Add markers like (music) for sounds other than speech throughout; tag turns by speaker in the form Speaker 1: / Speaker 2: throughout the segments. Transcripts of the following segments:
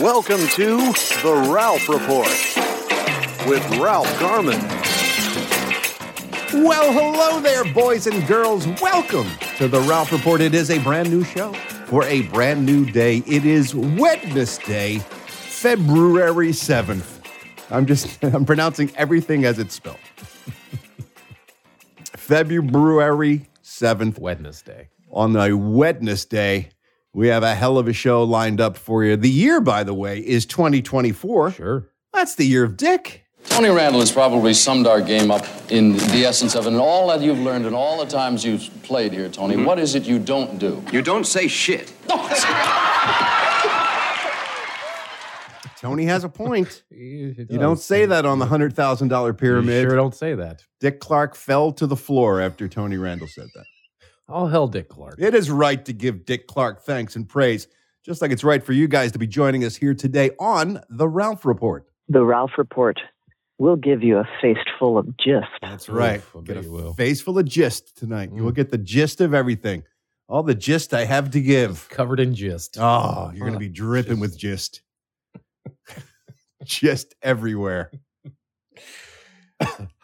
Speaker 1: Welcome to The Ralph Report with Ralph Garman.
Speaker 2: Well, hello there, boys and girls. Welcome to the Ralph Report. It is a brand new show for a brand new day. It is Wednesday, February 7th. I'm just, I'm pronouncing everything as it's spelled. February 7th
Speaker 3: Wednesday.
Speaker 2: on a Wednesday. We have a hell of a show lined up for you. The year, by the way, is 2024.
Speaker 3: Sure.
Speaker 2: That's the year of Dick.
Speaker 4: Tony Randall has probably summed our game up in the essence of it, and all that you've learned and all the times you've played here, Tony. what is it you don't do?
Speaker 5: You don't say shit.
Speaker 2: Tony has a
Speaker 3: (laughs)
Speaker 2: point.
Speaker 3: You
Speaker 2: You don't say that on the hundred thousand dollar pyramid.
Speaker 3: sure don't say that.
Speaker 2: Dick Clark fell to the floor after Tony Randall said that.
Speaker 3: All hell, Dick Clark.
Speaker 2: It is right to give Dick Clark thanks and praise, just like it's right for you guys to be joining us here today on the Ralph Report.
Speaker 6: The Ralph Report will give you a feast full of gist.
Speaker 2: That's
Speaker 3: right. I
Speaker 2: Get
Speaker 3: bet
Speaker 2: a
Speaker 3: you will. Mm.
Speaker 2: face full of gist tonight. You will get the gist of everything, all the gist I have to give.
Speaker 3: Covered in gist.
Speaker 2: Oh, you're
Speaker 3: Ah,
Speaker 2: gonna be dripping with gist, (laughs) gist
Speaker 3: (laughs)
Speaker 2: everywhere.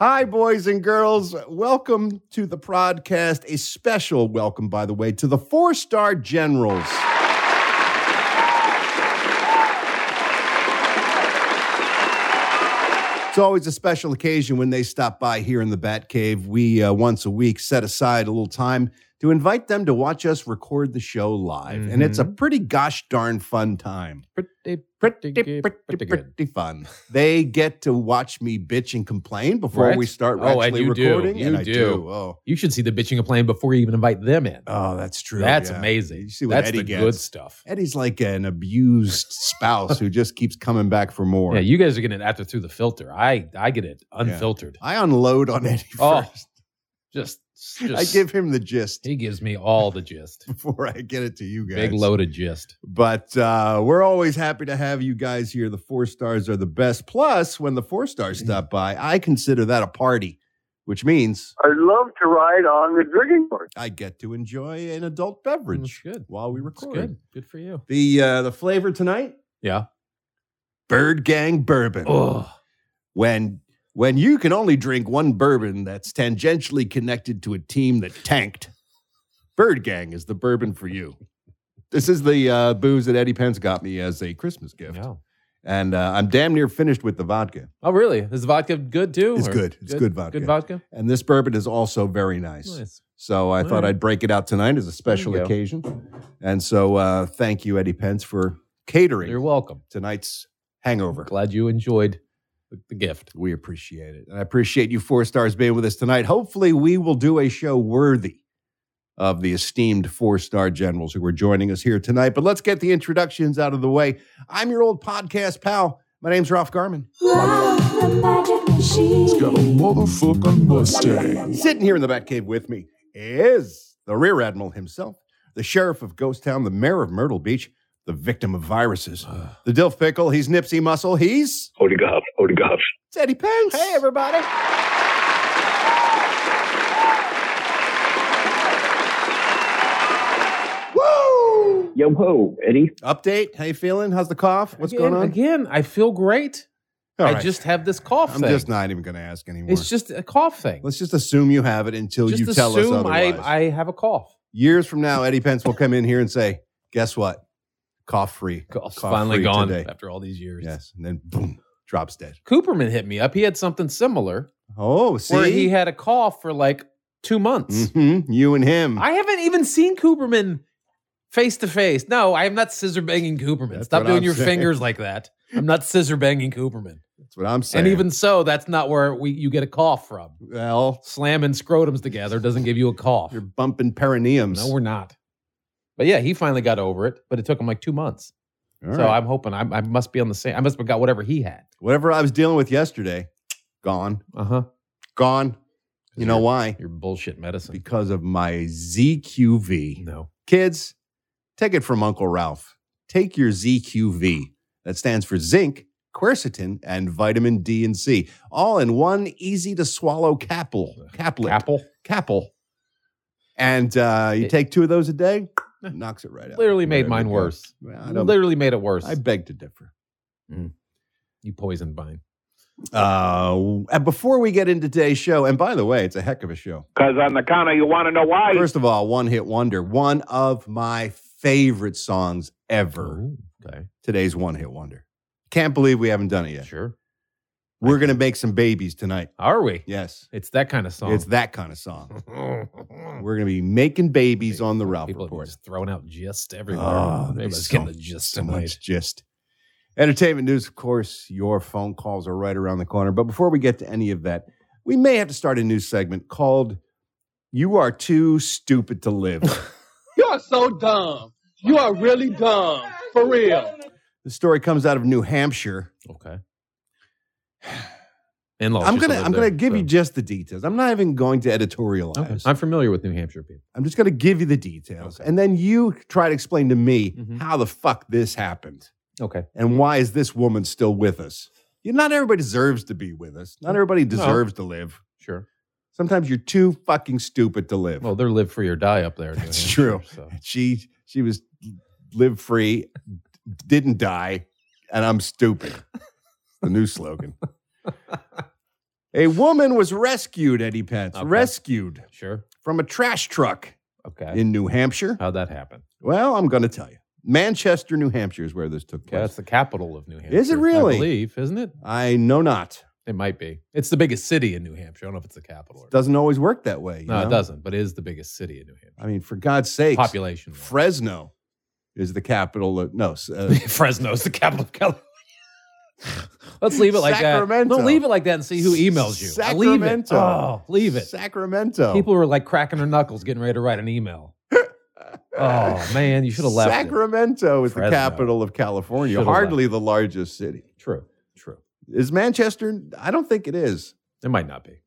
Speaker 2: Hi, boys and girls. Welcome to the podcast. A special welcome, by the way, to the four star generals. It's always a special occasion when they stop by here in the Bat Cave. We uh, once a week set aside a little time to invite them to watch us record the show live, and it's a pretty gosh darn fun time
Speaker 3: Pretty,
Speaker 2: pretty, pretty,
Speaker 3: Mm-hmm. pretty, good,
Speaker 2: pretty,
Speaker 3: pretty good.
Speaker 2: fun. (laughs) They get to watch me bitch and complain before
Speaker 3: Right.
Speaker 2: we start
Speaker 3: Oh, and
Speaker 2: actually
Speaker 3: you do.
Speaker 2: recording.
Speaker 3: You
Speaker 2: and I
Speaker 3: do.
Speaker 2: Oh,
Speaker 3: You should see the bitching and playing before you even invite them in.
Speaker 2: oh, that's true.
Speaker 3: That's
Speaker 2: yeah.
Speaker 3: amazing.
Speaker 2: You see what
Speaker 3: That's
Speaker 2: Eddie
Speaker 3: the
Speaker 2: gets.
Speaker 3: good stuff.
Speaker 2: Eddie's like an abused spouse who just keeps coming back for more.
Speaker 3: (laughs) Yeah, you guys are getting it after through the filter. I I get it unfiltered.
Speaker 2: I unload on Eddie
Speaker 3: Oh,
Speaker 2: first.
Speaker 3: Just, just
Speaker 2: (laughs) I give him the gist
Speaker 3: He gives me all the gist.
Speaker 2: before I get it to you guys.
Speaker 3: Big loaded gist. Mm,
Speaker 2: But uh, we're always happy to have you guys here. The four stars are the best. Plus, when the four stars
Speaker 3: Mm-hmm.
Speaker 2: stop by, I consider that a party, which means
Speaker 7: I love to ride on the drinking board.
Speaker 2: I get to enjoy an adult
Speaker 3: That's
Speaker 2: beverage
Speaker 3: good.
Speaker 2: while we
Speaker 3: That's
Speaker 2: record.
Speaker 3: good. Good for you.
Speaker 2: The uh, the flavor tonight,
Speaker 3: Yeah.
Speaker 2: Bird Gang Bourbon.
Speaker 3: Oh,
Speaker 2: When when you can only drink one bourbon that's tangentially connected to a team that tanked, Bird Gang is the bourbon for you. This is the uh, booze that Eddie Pence got me as a Christmas gift,
Speaker 3: yeah.
Speaker 2: and uh, I'm damn near finished with the vodka.
Speaker 3: Oh, really? Is vodka good too?
Speaker 2: It's
Speaker 3: or-
Speaker 2: good. It's good vodka.
Speaker 3: Good vodka.
Speaker 2: And this bourbon is also very nice.
Speaker 3: Nice.
Speaker 2: So I
Speaker 3: All
Speaker 2: thought
Speaker 3: right.
Speaker 2: I'd break it out tonight as a special
Speaker 3: go.
Speaker 2: occasion. And so uh, thank you, Eddie Pence, for catering
Speaker 3: You're welcome.
Speaker 2: tonight's hangover.
Speaker 3: Glad you enjoyed the- the gift.
Speaker 2: We appreciate it. And I appreciate you four stars being with us tonight. Hopefully, we will do a show worthy of the esteemed four star generals who are joining us here tonight. But let's get the introductions out of the way. I'm your old podcast pal. My name's Ralph Garman.
Speaker 8: Love the magic machine. It's got a motherfucking Mustang.
Speaker 2: Sitting here in the Batcave with me is the Rear Admiral himself, the Sheriff of Ghost Town, the Mayor of Myrtle Beach, the victim of viruses,
Speaker 3: Ah.
Speaker 2: the Dilf Pickle. He's Nipsey Muscle. He's
Speaker 7: Holy God, holy God.
Speaker 2: it's Eddie Pence. Hey, everybody. Woo!
Speaker 5: Yo ho, Eddie.
Speaker 2: Update. How you feeling? How's the cough? What's
Speaker 3: Again-
Speaker 2: going on?
Speaker 3: Again, I feel great.
Speaker 2: All
Speaker 3: I
Speaker 2: right.
Speaker 3: just have this cough
Speaker 2: I'm
Speaker 3: thing.
Speaker 2: just not even going to ask anymore.
Speaker 3: it's just a cough thing.
Speaker 2: Let's just assume you have it until
Speaker 3: just
Speaker 2: you tell us
Speaker 3: assume I,
Speaker 2: otherwise.
Speaker 3: I have a cough.
Speaker 2: Years from now, Eddie Pence will come in here and say, "Guess what? Cough free."
Speaker 3: Cough's
Speaker 2: Cough
Speaker 3: finally
Speaker 2: free
Speaker 3: gone
Speaker 2: today.
Speaker 3: after all these years.
Speaker 2: Yes, and then boom, drops dead.
Speaker 3: Cooperman hit me up. He had something similar
Speaker 2: Oh, see,
Speaker 3: where he had a cough for like two months.
Speaker 2: Mhm, you and him.
Speaker 3: I haven't even seen Cooperman face to face. No, I am not scissor banging Cooperman.
Speaker 2: That's
Speaker 3: Stop
Speaker 2: what
Speaker 3: doing
Speaker 2: I'm
Speaker 3: your
Speaker 2: saying.
Speaker 3: fingers like that. I'm not scissor banging Cooperman.
Speaker 2: That's what I'm saying.
Speaker 3: And even so, that's not where we you get a cough from.
Speaker 2: well,
Speaker 3: Slamming scrotums together doesn't give you a cough.
Speaker 2: you're bumping perineums.
Speaker 3: No, we're not. But yeah, he finally got over it, but it took him like two months.
Speaker 2: All
Speaker 3: so
Speaker 2: right.
Speaker 3: I'm hoping I, I must be on the same. I must have got whatever he had.
Speaker 2: Whatever I was dealing with yesterday, gone,
Speaker 3: Uh huh.
Speaker 2: gone. You know why?
Speaker 3: Your bullshit medicine.
Speaker 2: Because of my ZQV.
Speaker 3: No.
Speaker 2: Kids, take it from Uncle Ralph. Take your ZQV. That stands for zinc, quercetin, and vitamin D and C, all in one easy to swallow capsule. Caplet.
Speaker 3: Apple.
Speaker 2: Capsule. And uh, you
Speaker 3: It-
Speaker 2: take two of those a day, knocks it right out.
Speaker 3: Eh. Literally
Speaker 2: Whatever
Speaker 3: made mine
Speaker 2: it
Speaker 3: worse.
Speaker 2: goes. Well, I, don't,
Speaker 3: Literally made it worse.
Speaker 2: I beg to differ.
Speaker 3: you poisoned mine.
Speaker 2: Uh, and before we get into today's show, and by the way, it's a heck of a show.
Speaker 7: Because on the counter, you want to know why.
Speaker 2: First of all, one hit wonder, one of my favorite songs ever.
Speaker 3: Ooh, okay.
Speaker 2: Today's one hit wonder. Can't believe we haven't done it yet.
Speaker 3: Sure.
Speaker 2: We're gonna make some babies tonight.
Speaker 3: Are we?
Speaker 2: Yes,
Speaker 3: It's that kind of song. (laughs)
Speaker 2: it's that kind of song. We're gonna be making babies on the Ralph
Speaker 3: People are
Speaker 2: Report.
Speaker 3: just throwing out gist everywhere.
Speaker 2: Oh,
Speaker 3: Maybe
Speaker 2: there's
Speaker 3: it's
Speaker 2: so-
Speaker 3: getting the gist
Speaker 2: So
Speaker 3: tonight.
Speaker 2: much just entertainment news. Of course, your phone calls are right around the corner. But before we get to any of that, we may have to start a new segment called "You Are Too Stupid to Live."
Speaker 9: You are so dumb. You are really dumb. For real.
Speaker 2: the story comes out of New Hampshire.
Speaker 3: Okay. (sighs) In laws.
Speaker 2: I'm gonna I'm gonna give you just the details. I'm not even going to editorialize.
Speaker 3: I'm familiar with New Hampshire people.
Speaker 2: I'm just going to give you the details.
Speaker 3: Okay.
Speaker 2: And then you try to explain to me
Speaker 3: Mhm.
Speaker 2: how the fuck this happened
Speaker 3: Okay.
Speaker 2: and why is this woman still with us? You not everybody deserves to be with us. Not everybody deserves to live.
Speaker 3: Sure.
Speaker 2: Sometimes you're too fucking stupid to live.
Speaker 3: Well, they're live free or die up there. in New
Speaker 2: That's
Speaker 3: Hampshire,
Speaker 2: true.
Speaker 3: So.
Speaker 2: she she was live free, didn't die, and I'm stupid. the new
Speaker 3: (laughs)
Speaker 2: slogan. A woman was rescued, Eddie Pence,
Speaker 3: Okay.
Speaker 2: rescued
Speaker 3: Sure.
Speaker 2: from a trash truck
Speaker 3: Okay. Uh.
Speaker 2: in New Hampshire.
Speaker 3: How'd that happen?
Speaker 2: Well, I'm going to tell you. Manchester, New Hampshire is where this took
Speaker 3: Well, that's
Speaker 2: place.
Speaker 3: the capital of New Hampshire.
Speaker 2: Is it really?
Speaker 3: I believe, isn't it?
Speaker 2: I know not.
Speaker 3: It might be. It's the biggest city in New Hampshire. I don't know if it's the capital. Or
Speaker 2: Doesn't always work that way. you
Speaker 3: no,
Speaker 2: know?
Speaker 3: it doesn't. But it is the biggest city in New Hampshire.
Speaker 2: I mean, for God's sake,
Speaker 3: Population.
Speaker 2: (laughs) Fresno is the capital. Of, no, s-
Speaker 3: (laughs)
Speaker 2: uh,
Speaker 3: Fresno's the capital of California. (laughs) Let's leave it like
Speaker 2: Sacramento.
Speaker 3: that. No, leave it like that and see who emails you. I leave it.
Speaker 2: Sacramento.
Speaker 3: Oh, leave it.
Speaker 2: Sacramento.
Speaker 3: People are like cracking their knuckles, getting ready to write
Speaker 2: (laughs)
Speaker 3: an email. Oh man, you should have left. it.
Speaker 2: Sacramento is the
Speaker 3: Fresno.
Speaker 2: capital of California,
Speaker 3: Should've
Speaker 2: hardly the largest city.
Speaker 3: True. True.
Speaker 2: Is Manchester? I don't think it is.
Speaker 3: It might not
Speaker 2: (sighs)
Speaker 3: be,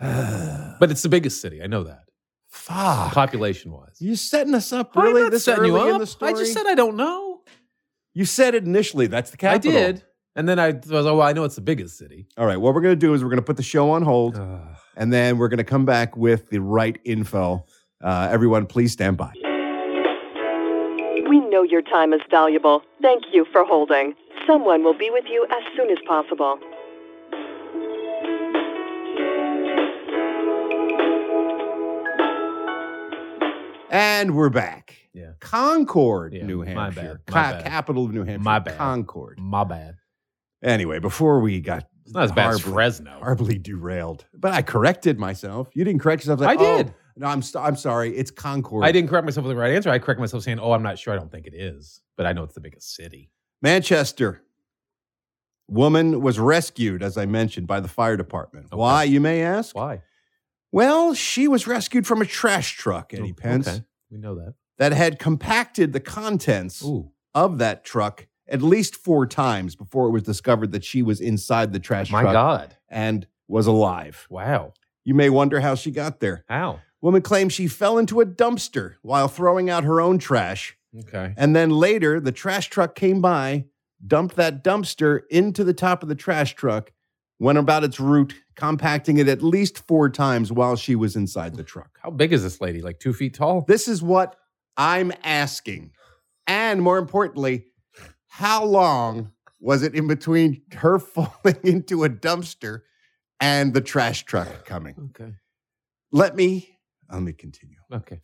Speaker 3: but it's the biggest city. I know that.
Speaker 2: Fuck.
Speaker 3: Population wise.
Speaker 2: You're setting us up really this early in the story.
Speaker 3: I just said I don't know.
Speaker 2: you said it initially. That's the capital.
Speaker 3: I did. And then I was, oh, I know it's the biggest city.
Speaker 2: All right. What we're going to do is we're going to put the show on hold. and then we're going to come back with the right info. Uh, everyone, please stand by.
Speaker 10: We know your time is valuable. Thank you for holding. Someone will be with you as soon as possible.
Speaker 2: And we're back.
Speaker 3: Yeah.
Speaker 2: Concord,
Speaker 3: Yeah,
Speaker 2: New
Speaker 3: my
Speaker 2: Hampshire,
Speaker 3: bad, my
Speaker 2: Ca-
Speaker 3: bad.
Speaker 2: capital of New Hampshire.
Speaker 3: My bad.
Speaker 2: Concord.
Speaker 3: My bad.
Speaker 2: Anyway, before we got
Speaker 3: It's not as bad as
Speaker 2: horribly-
Speaker 3: Fresno.
Speaker 2: horribly derailed, but I corrected myself. You didn't correct yourself.
Speaker 3: I
Speaker 2: Like, oh,
Speaker 3: did.
Speaker 2: no, I'm st- I'm sorry. It's Concord.
Speaker 3: I didn't correct myself with the right answer. I correct myself saying, oh, I'm not sure. I don't think it is, but I know it's the biggest city.
Speaker 2: Manchester. Woman was rescued, as I mentioned, by the fire department.
Speaker 3: Okay.
Speaker 2: Why, you may ask?
Speaker 3: Why?
Speaker 2: Well, she was rescued from a trash truck, Eddie
Speaker 3: Oh,
Speaker 2: Pence,
Speaker 3: okay. We know that.
Speaker 2: that had compacted the contents
Speaker 3: Ooh.
Speaker 2: of that truck at least four times before it was discovered that she was inside the trash
Speaker 3: My
Speaker 2: truck
Speaker 3: God.
Speaker 2: and was alive.
Speaker 3: Wow.
Speaker 2: You may wonder how she got there.
Speaker 3: How?
Speaker 2: Woman claims she fell into a dumpster while throwing out her own trash,
Speaker 3: Okay.
Speaker 2: and then later the trash truck came by, dumped that dumpster into the top of the trash truck, went about its route, compacting it at least four times while she was inside the truck.
Speaker 3: How big is this lady? Like two feet tall?
Speaker 2: This is what I'm asking. And more importantly, how long was it in between her (laughs) falling into a dumpster and the trash truck coming?
Speaker 3: Okay.
Speaker 2: Let me let me continue.
Speaker 3: Okay.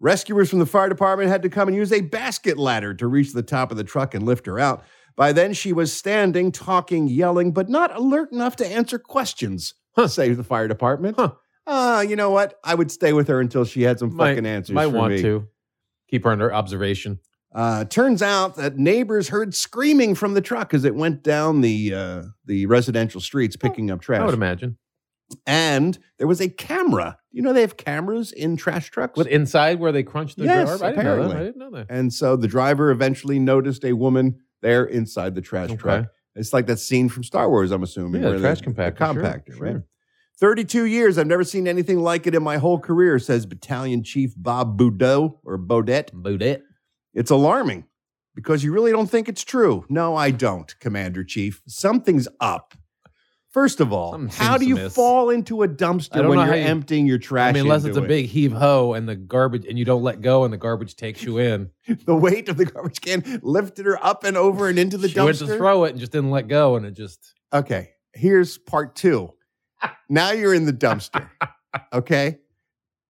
Speaker 2: Rescuers from the fire department had to come and use a basket ladder to reach the top of the truck and lift her out. By then, she was standing, talking, yelling, but not alert enough to answer questions. Huh. Say the fire department.
Speaker 3: Huh.
Speaker 2: Uh, you know what? I would stay with her until she had some
Speaker 3: Might-
Speaker 2: fucking answers.
Speaker 3: Might
Speaker 2: for
Speaker 3: want
Speaker 2: me.
Speaker 3: to keep her under observation.
Speaker 2: Uh, turns out that neighbors heard screaming from the truck as it went down the uh, the residential streets picking up
Speaker 3: I
Speaker 2: trash.
Speaker 3: would imagine.
Speaker 2: And there was a camera. You know, they have cameras in trash trucks.
Speaker 3: What inside where they crunch the
Speaker 2: Yes,
Speaker 3: jar? I didn't know that.
Speaker 2: apparently.
Speaker 3: I didn't know that.
Speaker 2: And so the driver eventually noticed a woman there inside the trash
Speaker 3: Okay.
Speaker 2: truck. It's like that scene from Star Wars, I'm assuming.
Speaker 3: Yeah,
Speaker 2: where
Speaker 3: trash
Speaker 2: the- the
Speaker 3: compactor, sure,
Speaker 2: compactor, right?
Speaker 3: sure.
Speaker 2: 32 years. I've never seen anything like it in my whole career, says Battalion Chief Bob Boudot or Baudet.
Speaker 3: Baudet.
Speaker 2: It's alarming because you really don't think it's true. No, I don't, Commander Chief. Something's up. First of all,
Speaker 3: Something
Speaker 2: how do
Speaker 3: seems
Speaker 2: you
Speaker 3: amiss.
Speaker 2: fall into a
Speaker 3: I
Speaker 2: dumpster
Speaker 3: don't
Speaker 2: when
Speaker 3: know
Speaker 2: you're
Speaker 3: how you-
Speaker 2: emptying your trash?
Speaker 3: I mean, unless it's
Speaker 2: into
Speaker 3: a
Speaker 2: it?
Speaker 3: big heave ho and the garbage, and you don't let go, and the garbage takes
Speaker 2: (laughs)
Speaker 3: you in.
Speaker 2: the weight of the garbage can lifted her up and over and into the
Speaker 3: she
Speaker 2: dumpster.
Speaker 3: went to throw it and just didn't let go, and it just
Speaker 2: okay, here's part
Speaker 3: (laughs)
Speaker 2: two. Now you're in the dumpster. Okay.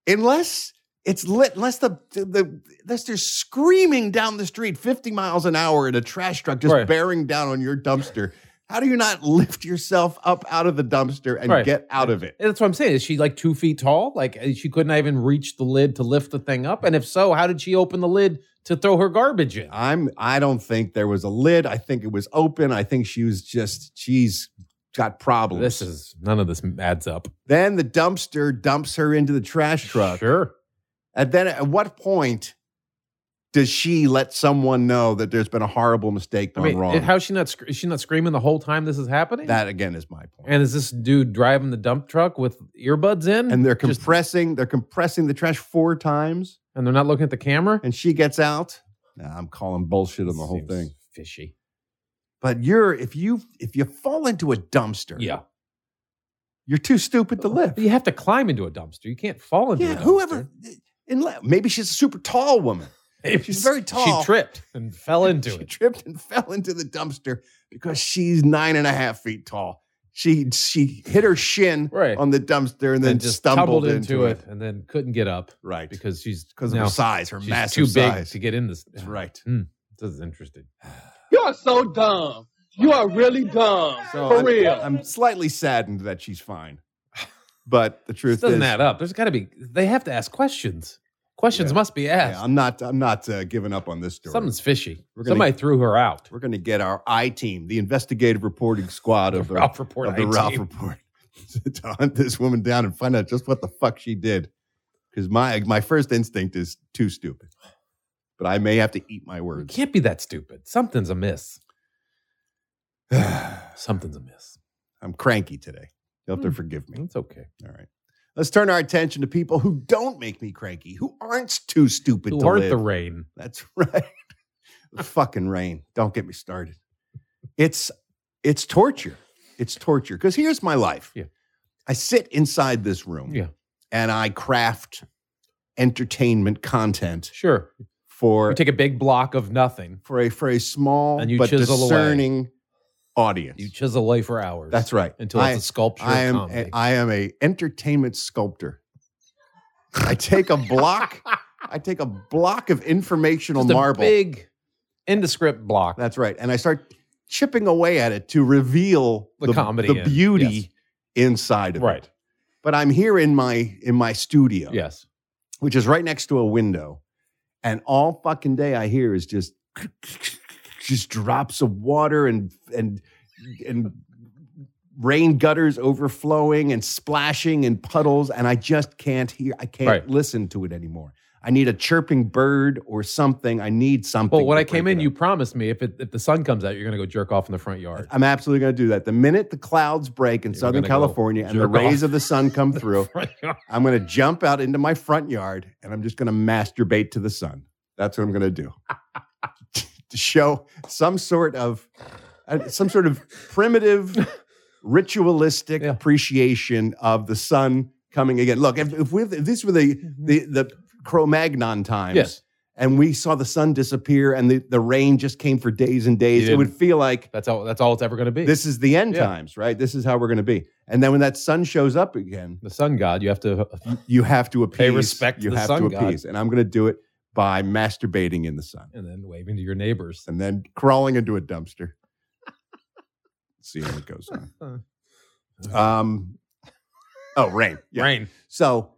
Speaker 2: Unless it's lit, unless the, the, the unless they're screaming down the street 50 miles an hour in a trash truck just
Speaker 3: Right.
Speaker 2: bearing down on your dumpster. How do you not lift yourself up out of the dumpster and
Speaker 3: Right.
Speaker 2: get out of it?
Speaker 3: And that's what I'm saying. Is she like two feet tall? Like uh, she couldn't even reach the lid to lift the thing up? And if so, how did she open the lid to throw her garbage in?
Speaker 2: I'm I don't think there was a lid. I think it was open. I think she was just she's got problems.
Speaker 3: This is none of this adds up.
Speaker 2: Then the dumpster dumps her into the trash truck.
Speaker 3: Sure.
Speaker 2: And then at what point does she let someone know that there's been a horrible mistake
Speaker 3: I
Speaker 2: gone
Speaker 3: mean,
Speaker 2: wrong?
Speaker 3: how's she not? sc- Is she not screaming the whole time this is happening?
Speaker 2: that again is my point.
Speaker 3: and is this dude driving the dump truck with earbuds in?
Speaker 2: And, they're
Speaker 3: Just-
Speaker 2: compressing, they're compressing the trash four times,
Speaker 3: and they're not looking at the camera.
Speaker 2: and she gets out. Nah, I'm calling bullshit on the whole
Speaker 3: Seems
Speaker 2: thing.
Speaker 3: fishy.
Speaker 2: But you're if you if you fall into a dumpster,
Speaker 3: Yeah.
Speaker 2: you're too stupid to live.
Speaker 3: You have to climb into a dumpster. You can't fall into.
Speaker 2: Yeah,
Speaker 3: a dumpster. (laughs)
Speaker 2: whoever. unle- Maybe she's a super tall woman.
Speaker 3: If
Speaker 2: she's very tall.
Speaker 3: She tripped and
Speaker 2: (laughs)
Speaker 3: fell into
Speaker 2: she
Speaker 3: it.
Speaker 2: tripped and fell into the dumpster because she's nine and a half feet tall. She she hit her shin
Speaker 3: Right.
Speaker 2: on the dumpster and then
Speaker 3: just
Speaker 2: stumbled
Speaker 3: tumbled into it, and then couldn't get up
Speaker 2: Right. Because,
Speaker 3: because she's
Speaker 2: of
Speaker 3: now-
Speaker 2: her size, her
Speaker 3: She's
Speaker 2: massive
Speaker 3: too big
Speaker 2: size.
Speaker 3: to get in this.
Speaker 2: That's right.
Speaker 3: This is interesting.
Speaker 9: You are so dumb. You are really dumb.
Speaker 2: So
Speaker 9: For
Speaker 2: I'm,
Speaker 9: real.
Speaker 2: I'm slightly saddened that she's fine. But the
Speaker 3: This
Speaker 2: truth
Speaker 3: doesn't
Speaker 2: is
Speaker 3: add up. There's got to be. They have to ask questions. Questions
Speaker 2: Yeah.
Speaker 3: must be
Speaker 2: yeah,
Speaker 3: asked.
Speaker 2: I'm not I'm not uh, giving up on this story.
Speaker 3: Something's fishy.
Speaker 2: We're gonna-
Speaker 3: Somebody threw
Speaker 2: (laughs)
Speaker 3: her out.
Speaker 2: We're going to get our I team, the investigative reporting squad of the,
Speaker 3: Ralph report.
Speaker 2: of the
Speaker 3: IT.
Speaker 2: Ralph report, (laughs) to hunt this woman down and find out just what the fuck she did. Because my my first instinct is too stupid, but I may have to eat my
Speaker 3: You
Speaker 2: words.
Speaker 3: can't be that stupid. Something's amiss.
Speaker 2: (sighs) I'm
Speaker 3: Something's amiss.
Speaker 2: cranky today. You'll have to
Speaker 3: Hmm.
Speaker 2: forgive me.
Speaker 3: It's okay.
Speaker 2: All right. Let's turn our attention to people who don't make me cranky, who aren't too stupid
Speaker 3: Who
Speaker 2: to
Speaker 3: aren't
Speaker 2: live.
Speaker 3: the rain?
Speaker 2: That's (laughs) right. The fucking rain. Don't get me started. It's it's torture. It's torture. Because here's my life.
Speaker 3: Yeah.
Speaker 2: I sit inside this room
Speaker 3: Yeah.
Speaker 2: and I craft entertainment content
Speaker 3: Sure.
Speaker 2: for
Speaker 3: You take a big block of nothing.
Speaker 2: for a for a small
Speaker 3: And you
Speaker 2: but
Speaker 3: chisel away.
Speaker 2: discerning audience.
Speaker 3: You chisel away for hours.
Speaker 2: That's right.
Speaker 3: Until
Speaker 2: I,
Speaker 3: it's a sculpture.
Speaker 2: I am a,
Speaker 3: comedy.
Speaker 2: I am a entertainment sculptor. I take a
Speaker 3: (laughs)
Speaker 2: block. I take a block of informational
Speaker 3: Just a
Speaker 2: marble.
Speaker 3: big indescript block.
Speaker 2: That's right. And I start chipping away at it to reveal
Speaker 3: The comedy
Speaker 2: the
Speaker 3: in-
Speaker 2: beauty
Speaker 3: yes.
Speaker 2: inside of
Speaker 3: Right.
Speaker 2: it. But I'm here in my in my studio,
Speaker 3: Yes.
Speaker 2: which is right next to a window, and all fucking day I hear is just just drops of water and and and rain gutters overflowing and splashing and puddles and I just can't hear I can't
Speaker 3: Right.
Speaker 2: listen to it anymore. I need a chirping bird or something. I need something.
Speaker 3: Well, when
Speaker 2: to
Speaker 3: I came
Speaker 2: break
Speaker 3: in,
Speaker 2: it up.
Speaker 3: you promised me if it, if the sun comes out, you're going to go jerk off in the front yard.
Speaker 2: I'm absolutely going to do that. The minute the clouds break in
Speaker 3: You're
Speaker 2: Southern
Speaker 3: gonna go
Speaker 2: California and the
Speaker 3: jerk off.
Speaker 2: rays of the sun
Speaker 3: (laughs)
Speaker 2: come through,
Speaker 3: Front yard.
Speaker 2: I'm going to jump out into my front yard and I'm just going to masturbate to the sun. That's what I'm going to
Speaker 3: (laughs)
Speaker 2: do to show some sort of uh, some sort of primitive ritualistic
Speaker 3: Yeah.
Speaker 2: appreciation of the sun coming again. Look, if, if, with, if this were the the, the Cro-Magnon times,
Speaker 3: Mm-hmm. Yes.
Speaker 2: and we saw the sun disappear and the, the rain just came for days and days, it
Speaker 3: didn't-
Speaker 2: would feel like
Speaker 3: That's all. That's all it's ever going to be. (laughs)
Speaker 2: this is the end
Speaker 3: Yeah.
Speaker 2: times, right? This is how we're going to be. And then when that sun shows up again,
Speaker 3: the sun god. You have to. (laughs)
Speaker 2: you have to appease.
Speaker 3: respect to
Speaker 2: You
Speaker 3: the
Speaker 2: have
Speaker 3: sun
Speaker 2: to
Speaker 3: god.
Speaker 2: appease, and I'm going to do it by masturbating in the sun
Speaker 3: And then waving to your neighbors.
Speaker 2: and then crawling into a dumpster. (laughs) See how it goes
Speaker 3: (laughs)
Speaker 2: on. Um. Oh, rain. Yeah.
Speaker 3: Rain.
Speaker 2: So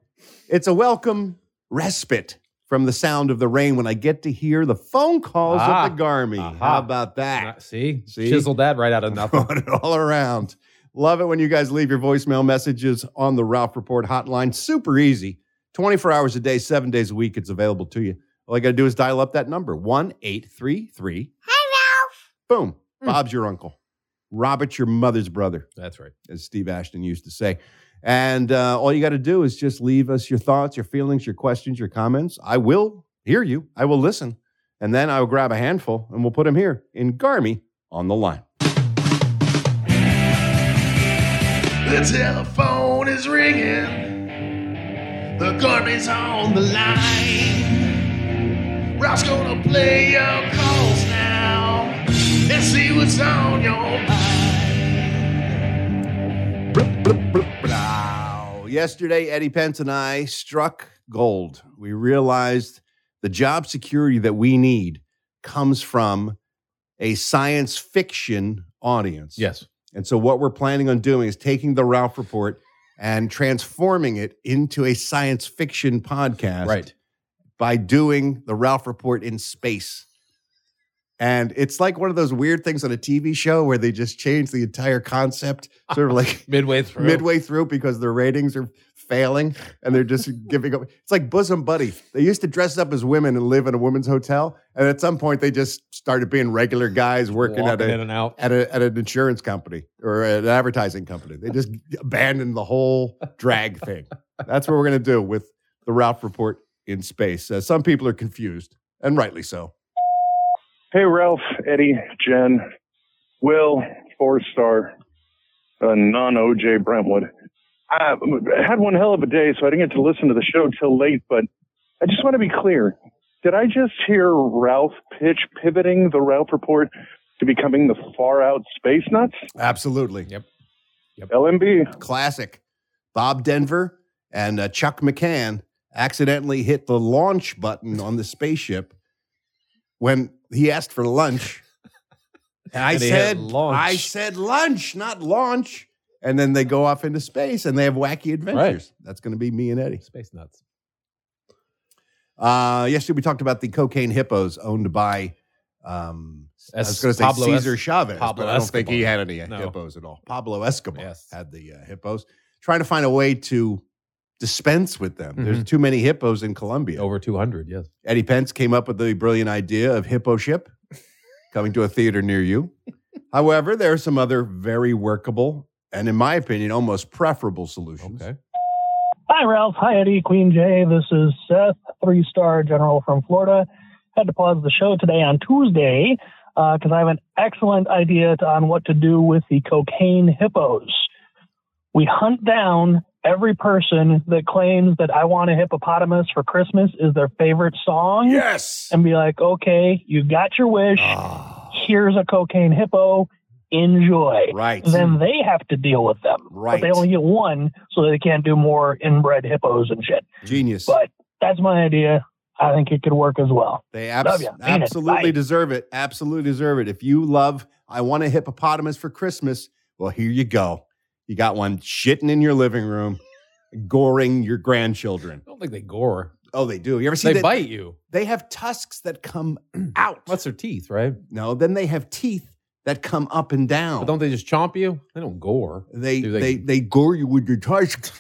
Speaker 2: it's a welcome respite from the sound of the rain when I get to hear the phone calls
Speaker 3: Ah.
Speaker 2: of the Garmy.
Speaker 3: Aha.
Speaker 2: How about that?
Speaker 3: Not-
Speaker 2: Ah.
Speaker 3: see?
Speaker 2: See? (laughs)
Speaker 3: chiseled that right out of nothing.
Speaker 2: Throwing it all around. Love it when you guys leave your voicemail messages on the Ralph Report hotline. Super easy. 24 hours a day, seven days a week. It's available to you. All you got to do is dial up that number 1 833. Hi, Ralph. Mm. Boom. Bob's your uncle. Robert, your mother's brother,
Speaker 3: That's right.
Speaker 2: as Steve Ashton used to say. And uh, all you got to do is just leave us your thoughts, your feelings, your questions, your comments. I will hear you, I will listen. And then I will grab a handful and we'll put them here in Garmy on the line.
Speaker 11: The telephone is ringing. The garbage on the line. Ralph's gonna play your calls now and see what's on your mind.
Speaker 2: Wow. Yesterday, Eddie Pence and I struck gold. We realized the job security that we need comes from a science fiction audience.
Speaker 3: Yes.
Speaker 2: And so, what we're planning on doing is taking the Ralph Report and transforming it into a science fiction podcast
Speaker 3: Right.
Speaker 2: by doing the Ralph Report in space. And it's like one of those weird things on a TV show where they just change the entire concept, sort of like
Speaker 3: Midway through.
Speaker 2: midway through because their ratings are failing and they're just giving up. It's like bosom buddy. They used to dress up as women and live in a women's hotel, and at some point they just started being regular guys working at
Speaker 3: Walking in
Speaker 2: a
Speaker 3: and out.
Speaker 2: at, a, at an insurance company or an advertising company. They just (laughs) abandoned the whole drag thing. That's what we're going to do with the Ralph Report in space. Uh, some people are confused, and rightly so.
Speaker 12: Hey, Ralph, Eddie, Jen, Will, four star, uh, non OJ Brentwood. I had one hell of a day, so I didn't get to listen to the show till late, but I just want to be clear. Did I just hear Ralph pitch pivoting the Ralph report to becoming the far out space nuts?
Speaker 2: Absolutely.
Speaker 3: Yep.
Speaker 12: LMB.
Speaker 2: Classic. Bob Denver and uh, Chuck McCann accidentally hit the launch button on the spaceship when he asked for lunch. And I
Speaker 3: And he hit
Speaker 2: said,
Speaker 3: launch.
Speaker 2: I said lunch, not launch. And then they go off into space and they have wacky adventures. That's going to be me and Eddie.
Speaker 3: Space nuts.
Speaker 2: Uh, yesterday we talked about the cocaine hippos owned by um, I
Speaker 3: As
Speaker 2: was going to say
Speaker 3: Pablo
Speaker 2: Cesar
Speaker 3: Es-
Speaker 2: Chavez,
Speaker 3: Pablo
Speaker 2: but I don't think he
Speaker 3: Escobar.
Speaker 2: had any uh,
Speaker 3: No.
Speaker 2: hippos at all. Pablo Escobar
Speaker 3: Yes.
Speaker 2: had the uh, hippos. Trying to find a way to dispense with them.
Speaker 3: Mm-hmm.
Speaker 2: There's too many hippos in Colombia.
Speaker 3: Over 200, yes.
Speaker 2: Eddie Pence came up with the brilliant idea of hippo ship coming to a theater near you. However, there are some other very workable and, in my opinion, almost preferable solutions.
Speaker 3: Okay.
Speaker 13: Hi, Ralph. Hi, Eddie. Queen J. This is Seth, three star general from Florida. Had to pause the show today on Tuesday because I have an excellent idea to- on what to do with the cocaine hippos. We hunt down every person that claims that I want a hippopotamus for Christmas is their favorite song.
Speaker 2: Yes.
Speaker 13: And be like, okay, you got your wish.
Speaker 2: Ah,
Speaker 13: Here's a cocaine hippo. Enjoy.
Speaker 2: Right.
Speaker 13: Then they have to deal with them.
Speaker 2: Right.
Speaker 13: But they only get one, so they can't do more inbred hippos and shit.
Speaker 2: Genius.
Speaker 13: But that's my idea. I think it could work as well.
Speaker 2: They abs-
Speaker 13: Love ya. Mean it.
Speaker 2: absolutely
Speaker 13: Bye.
Speaker 2: deserve it. Absolutely deserve it. If you love, I want a hippopotamus for Christmas. Well, here you go. You got one shitting in your living room, goring your grandchildren.
Speaker 3: I don't think they gore.
Speaker 2: Oh, they do. You ever see
Speaker 3: they
Speaker 2: that?
Speaker 3: bite you.
Speaker 2: They have tusks that
Speaker 3: (clears throat)
Speaker 2: come out.
Speaker 3: That's their teeth, right?
Speaker 2: No, then they have teeth that come up and down.
Speaker 3: But don't they just chomp you? They don't gore.
Speaker 2: they,
Speaker 3: do
Speaker 2: they,
Speaker 3: they-
Speaker 2: they gore you with your
Speaker 3: (laughs)
Speaker 2: tusks,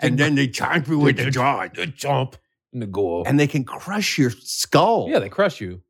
Speaker 2: and then they chomp you with
Speaker 3: They
Speaker 2: their jaw.
Speaker 3: They chomp and they gore.
Speaker 2: And they can crush your skull.
Speaker 3: yeah, they crush you.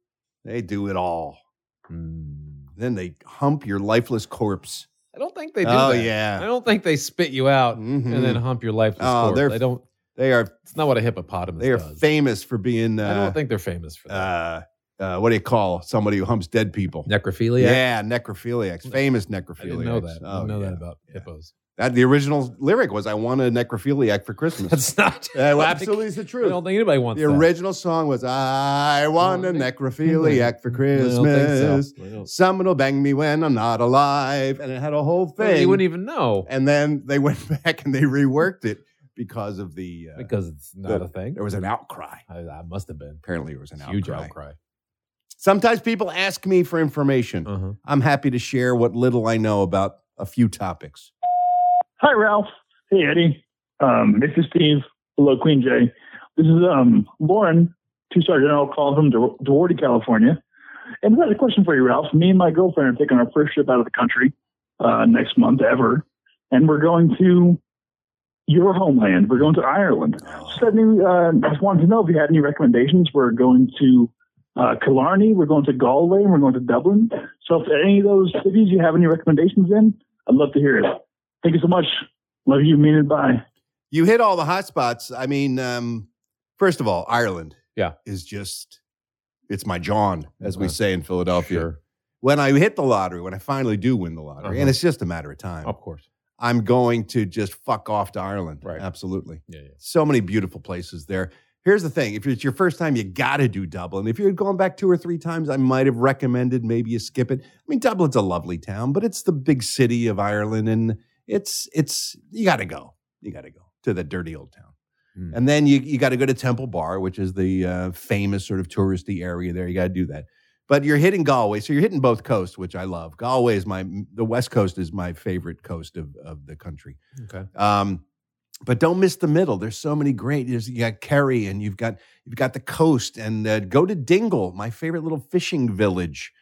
Speaker 2: they do it all.
Speaker 3: Hmm.
Speaker 2: Then they hump your lifeless corpse.
Speaker 3: I don't think they do.
Speaker 2: Oh
Speaker 3: that.
Speaker 2: yeah,
Speaker 3: I don't think they spit you out
Speaker 2: Mhm.
Speaker 3: and then hump your lifeless
Speaker 2: Oh,
Speaker 3: corpse.
Speaker 2: they're-
Speaker 3: They don't.
Speaker 2: they are
Speaker 3: It's not what a hippopotamus
Speaker 2: they are
Speaker 3: does.
Speaker 2: famous for being
Speaker 3: I
Speaker 2: uh,
Speaker 3: don't think they're famous for that.
Speaker 2: uh, uh, what do you call somebody who humps dead people?
Speaker 3: Necrophilia.
Speaker 2: yeah, necrophiliacs, famous necrophiliacs. Oh,
Speaker 3: I didn't know that. I didn't know
Speaker 2: yeah.
Speaker 3: that about hippos. (laughs)
Speaker 2: That- the original lyric was, "I want a necrophiliac for Christmas." (laughs)
Speaker 3: That's not.
Speaker 2: Uh, well, absolutely, is the
Speaker 3: I
Speaker 2: truth.
Speaker 3: don't think anybody wants
Speaker 2: the
Speaker 3: that.
Speaker 2: original song was, "I want a
Speaker 3: I don't think-
Speaker 2: necrophiliac for
Speaker 3: (laughs) I don't
Speaker 2: Christmas."
Speaker 3: think so. I don't-
Speaker 2: Someone will bang me when I'm not alive, and it had a whole thing.
Speaker 3: You wouldn't even know
Speaker 2: and then they went (laughs) back and they reworked it because of the uh,
Speaker 3: because it's not
Speaker 2: the-
Speaker 3: a thing.
Speaker 2: there was an outcry.
Speaker 3: I, I must have been
Speaker 2: Apparently, there was an
Speaker 3: huge
Speaker 2: outcry.
Speaker 3: outcry.
Speaker 2: Sometimes people ask me for information.
Speaker 3: Uh-huh.
Speaker 2: I'm happy to share what little I know about a few topics.
Speaker 14: Hi, Ralph. Hey, Eddie. Um, this is Steve. Hello, Queen J. This is um, Lauren, two star general calling from Du- Duarte, California. And we got a question for you, Ralph. Me and my girlfriend are taking our first trip out of the country. uh, next month ever, and we're going to your homeland. We're going to Ireland. So any, uh, I just wanted to know if you had any recommendations. We're going to uh, Killarney, we're going to Galway, and we're going to Dublin. So if any of those cities you have any recommendations in, I'd love to hear it. Thank you so much. Love you, mean it. Bye.
Speaker 2: You hit all the hot spots. I mean, um, first of all, Ireland
Speaker 3: yeah.
Speaker 2: is just, it's my John, as we say in Philadelphia. When I hit the lottery, when I finally do win the lottery,
Speaker 3: Uh-huh.
Speaker 2: and it's just a matter of time,
Speaker 3: Of course.
Speaker 2: I'm going to just fuck off to Ireland. Right. Absolutely.
Speaker 3: Yeah, yeah.
Speaker 2: So many beautiful places there. Here's the thing if it's your first time, you got to do Dublin. If you're going back two or three times, I might have recommended maybe you skip it. I mean, Dublin's a lovely town, but it's the big city of Ireland, and it's, it's, you got to go. You got to go to the dirty old town. And then you, you got to go to Temple Bar, which is the uh, famous sort of touristy area there. You got to do that. But you're hitting Galway, so you're hitting both coasts, which I love. Galway is my the West Coast is my favorite coast of of the country.
Speaker 3: Okay.
Speaker 2: Um, but don't miss the middle. There's so many great. There's, you got Kerry, and you've got you've got the coast, and uh, go to Dingle, my favorite little fishing village.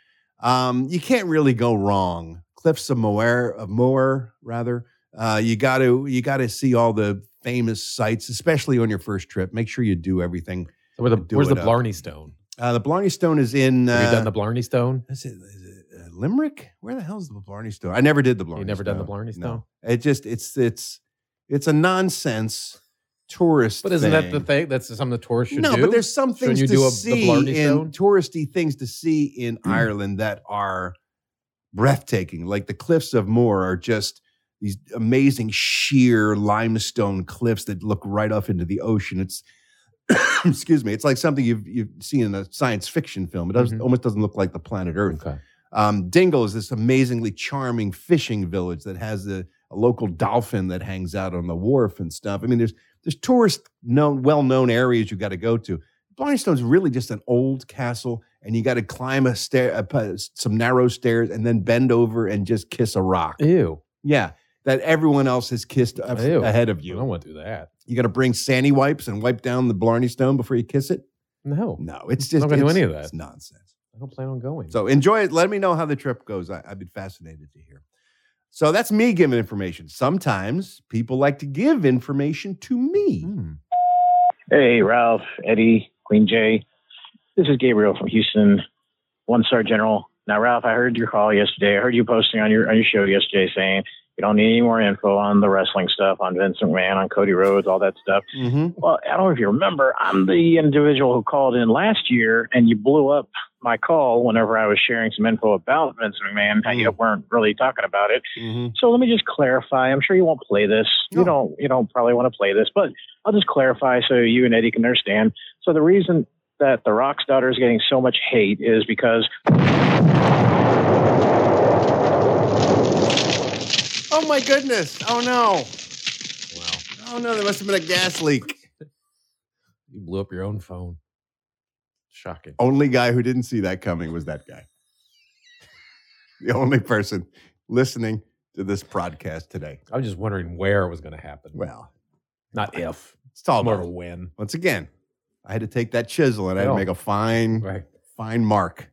Speaker 2: Um, you can't really go wrong. Cliffs of Moher, of Moher rather. Uh, you got to you got to see all the famous sites, especially on your first trip. Make sure you do everything.
Speaker 3: Where the,
Speaker 2: Do
Speaker 3: where's
Speaker 2: it
Speaker 3: the
Speaker 2: up.
Speaker 3: Blarney Stone?
Speaker 2: Uh, the Blarney Stone is in. Uh,
Speaker 3: Have you done the Blarney Stone?
Speaker 2: is it- is it, uh, Limerick? Where the hell's the Blarney Stone? I never did the Blarney.
Speaker 3: You never done the
Speaker 2: Stone.
Speaker 3: Blarney Stone?
Speaker 2: It just it's it's it's a nonsense tourist.
Speaker 3: But isn't that the
Speaker 2: thing.
Speaker 3: thing? That's something the tourists should
Speaker 2: no,
Speaker 3: do.
Speaker 2: but there's some
Speaker 3: Shouldn't
Speaker 2: things
Speaker 3: you
Speaker 2: to
Speaker 3: do a, the
Speaker 2: see
Speaker 3: Blarney
Speaker 2: in
Speaker 3: Stone?
Speaker 2: touristy things to see
Speaker 3: (clears throat)
Speaker 2: in Ireland that are breathtaking. Like the cliffs of Moher are just these amazing sheer limestone cliffs that look right off into the ocean. It's (coughs) excuse me, it's like something you've you've seen in a science fiction film. It does,
Speaker 3: Mhm.
Speaker 2: almost doesn't look like the planet Earth.
Speaker 3: Okay.
Speaker 2: Um, Dingle is this amazingly charming fishing village that has a, a local dolphin that hangs out on the wharf and stuff. I mean, there's there's tourist known, well known areas you got to go to. Blarneystone's really just an old castle, and you got to climb a stair, a, pa- some narrow stairs, and then bend over and just kiss a rock.
Speaker 3: Ew.
Speaker 2: Yeah, that everyone else has kissed af-
Speaker 3: Eh. Ew.
Speaker 2: ahead of
Speaker 3: I
Speaker 2: you.
Speaker 3: don't want to do that.
Speaker 2: You got to bring sandy wipes and wipe down the Blarney Stone before you kiss it.
Speaker 3: No.
Speaker 2: No, it's
Speaker 3: I'm
Speaker 2: just
Speaker 3: not going to do
Speaker 2: it's-
Speaker 3: any of that.
Speaker 2: It's nonsense.
Speaker 3: I don't plan on going.
Speaker 2: So enjoy it. Let me know how the trip goes. I, I'd be fascinated to hear. So that's me giving information. Sometimes people like to give information to me.
Speaker 3: Hmm.
Speaker 15: Hey, Ralph, Eddie, Queen Jay. This is Gabriel from Houston, one star general. Now, Ralph, I heard your call yesterday. I heard you posting on your on your show yesterday saying you don't need any more info on the wrestling stuff, on Vincent McMahon, on Cody Rhodes, all that stuff.
Speaker 3: Mm-hmm.
Speaker 2: Mm-hmm.
Speaker 15: Well, I don't know if you remember, I'm the individual who called in last year and you blew up my call whenever I was sharing some info about Vince McMahon. and You weren't really talking about it.
Speaker 2: Mm-hmm.
Speaker 15: So let me just clarify. I'm sure you won't play this. You don't you don't probably want to play this, but I'll just clarify so you and Eddie can understand. So the reason that The Rock's daughter is getting so much hate is because
Speaker 2: Oh my goodness. Oh no. Wow. Oh no, there must have been a gas leak.
Speaker 3: You blew up your own phone. Shocking.
Speaker 2: Only guy who didn't see that coming was that guy. (laughs) the only person listening to this broadcast today.
Speaker 3: I was just wondering where it was going to happen.
Speaker 2: Well,
Speaker 3: Not if.
Speaker 2: it's all
Speaker 3: More
Speaker 2: about
Speaker 3: of a when.
Speaker 2: Once again, I had to take that chisel and I had to
Speaker 3: Yeah.
Speaker 2: make a fine,
Speaker 3: Right.
Speaker 2: fine mark.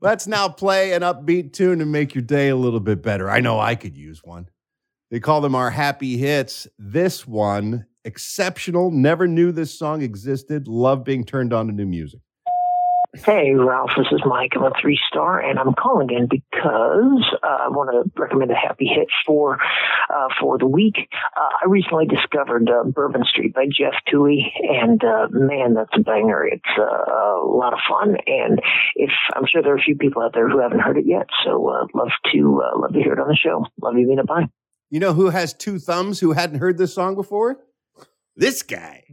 Speaker 2: Let's now play an upbeat tune and make your day a little bit better. I know I could use one. They call them our happy hits. This one, exceptional. Never knew this song existed. Love being turned on to new music.
Speaker 16: Hey, Ralph, this is Mike. I'm a three star, and I'm calling in because uh, I want to recommend a happy hit for uh, for the week. Uh, I recently discovered uh, Bourbon Street by Jeff Toohey, and uh, man, that's a banger. It's uh, a lot of fun, and if I'm sure there are a few people out there who haven't heard it yet, so uh, love to uh, love to hear it on the show. Love you, Mina. Bye.
Speaker 2: You know who has two thumbs who hadn't heard this song before? This
Speaker 3: (laughs)
Speaker 2: guy.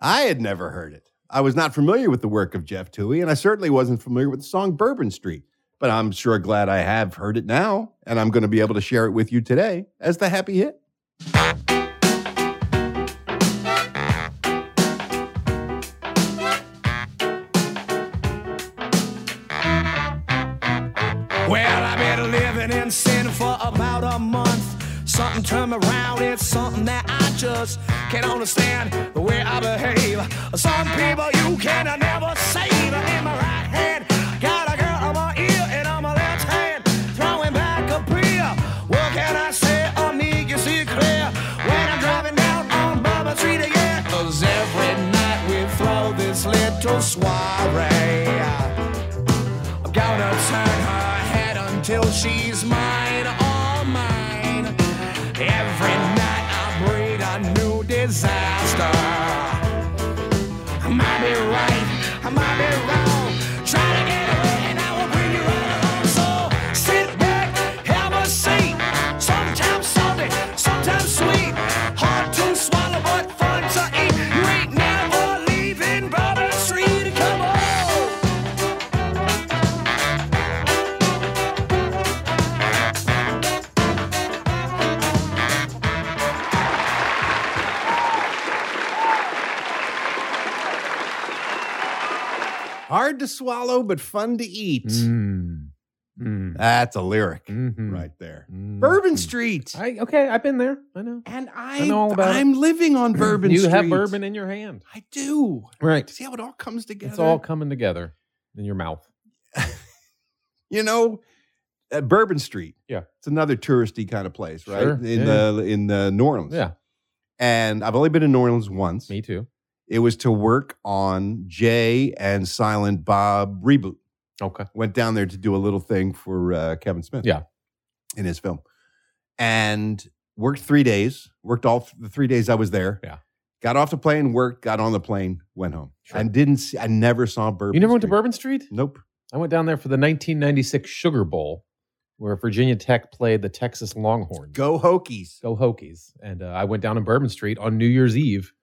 Speaker 2: I had never heard it. I was not familiar with the work of Jeff Toohey, and I certainly wasn't familiar with the song Bourbon Street. But I'm sure glad I have heard it now, and I'm going to be able to share it with you today as the happy hit.
Speaker 17: Well, I've been living in sin for about a month. Something turned me around, it's something that I just can't understand the way I behave. Some people you can never save. In my right hand, got a girl on my ear and on my left hand, throwing back
Speaker 2: hard to swallow but fun to
Speaker 3: Hmm.
Speaker 2: eat.
Speaker 3: Mm.
Speaker 2: That's a lyric right there. Bourbon Street.
Speaker 3: Mm-hmm. Mm. Hmm. I, okay, I've been there. I know.
Speaker 2: And
Speaker 3: I know all about it.
Speaker 2: I'm living
Speaker 3: (clears throat)
Speaker 2: on Bourbon
Speaker 3: you
Speaker 2: Street.
Speaker 3: have bourbon in your hand.
Speaker 2: I do.
Speaker 3: Right.
Speaker 2: See how it all comes together.
Speaker 3: It's all coming together in your mouth.
Speaker 2: you know, at Bourbon Street.
Speaker 3: Yeah.
Speaker 2: It's another touristy kind of place, right?
Speaker 3: Sure,
Speaker 2: In
Speaker 3: yeah.
Speaker 2: the in the New Orleans.
Speaker 3: Yeah.
Speaker 2: And I've only been in New Orleans once.
Speaker 3: Me too.
Speaker 2: It was to work on Jay and Silent Bob reboot.
Speaker 3: Okay.
Speaker 2: Went down there to do a little thing for uh, Kevin Smith.
Speaker 3: Yeah.
Speaker 2: In his film, and worked three days. Worked all th- the three days I was there.
Speaker 3: Yeah.
Speaker 2: Got off the plane, worked, got on the plane, went home, and didn't. See, I never saw Bourbon.
Speaker 3: You never went to
Speaker 2: Street.
Speaker 3: Bourbon Street?
Speaker 2: Nope.
Speaker 3: I went down there for the 1996 Sugar Bowl, where Virginia Tech played the Texas Longhorns.
Speaker 2: Go Hokies.
Speaker 3: Go Hokies! And uh, I went down in Bourbon Street on New Year's Eve.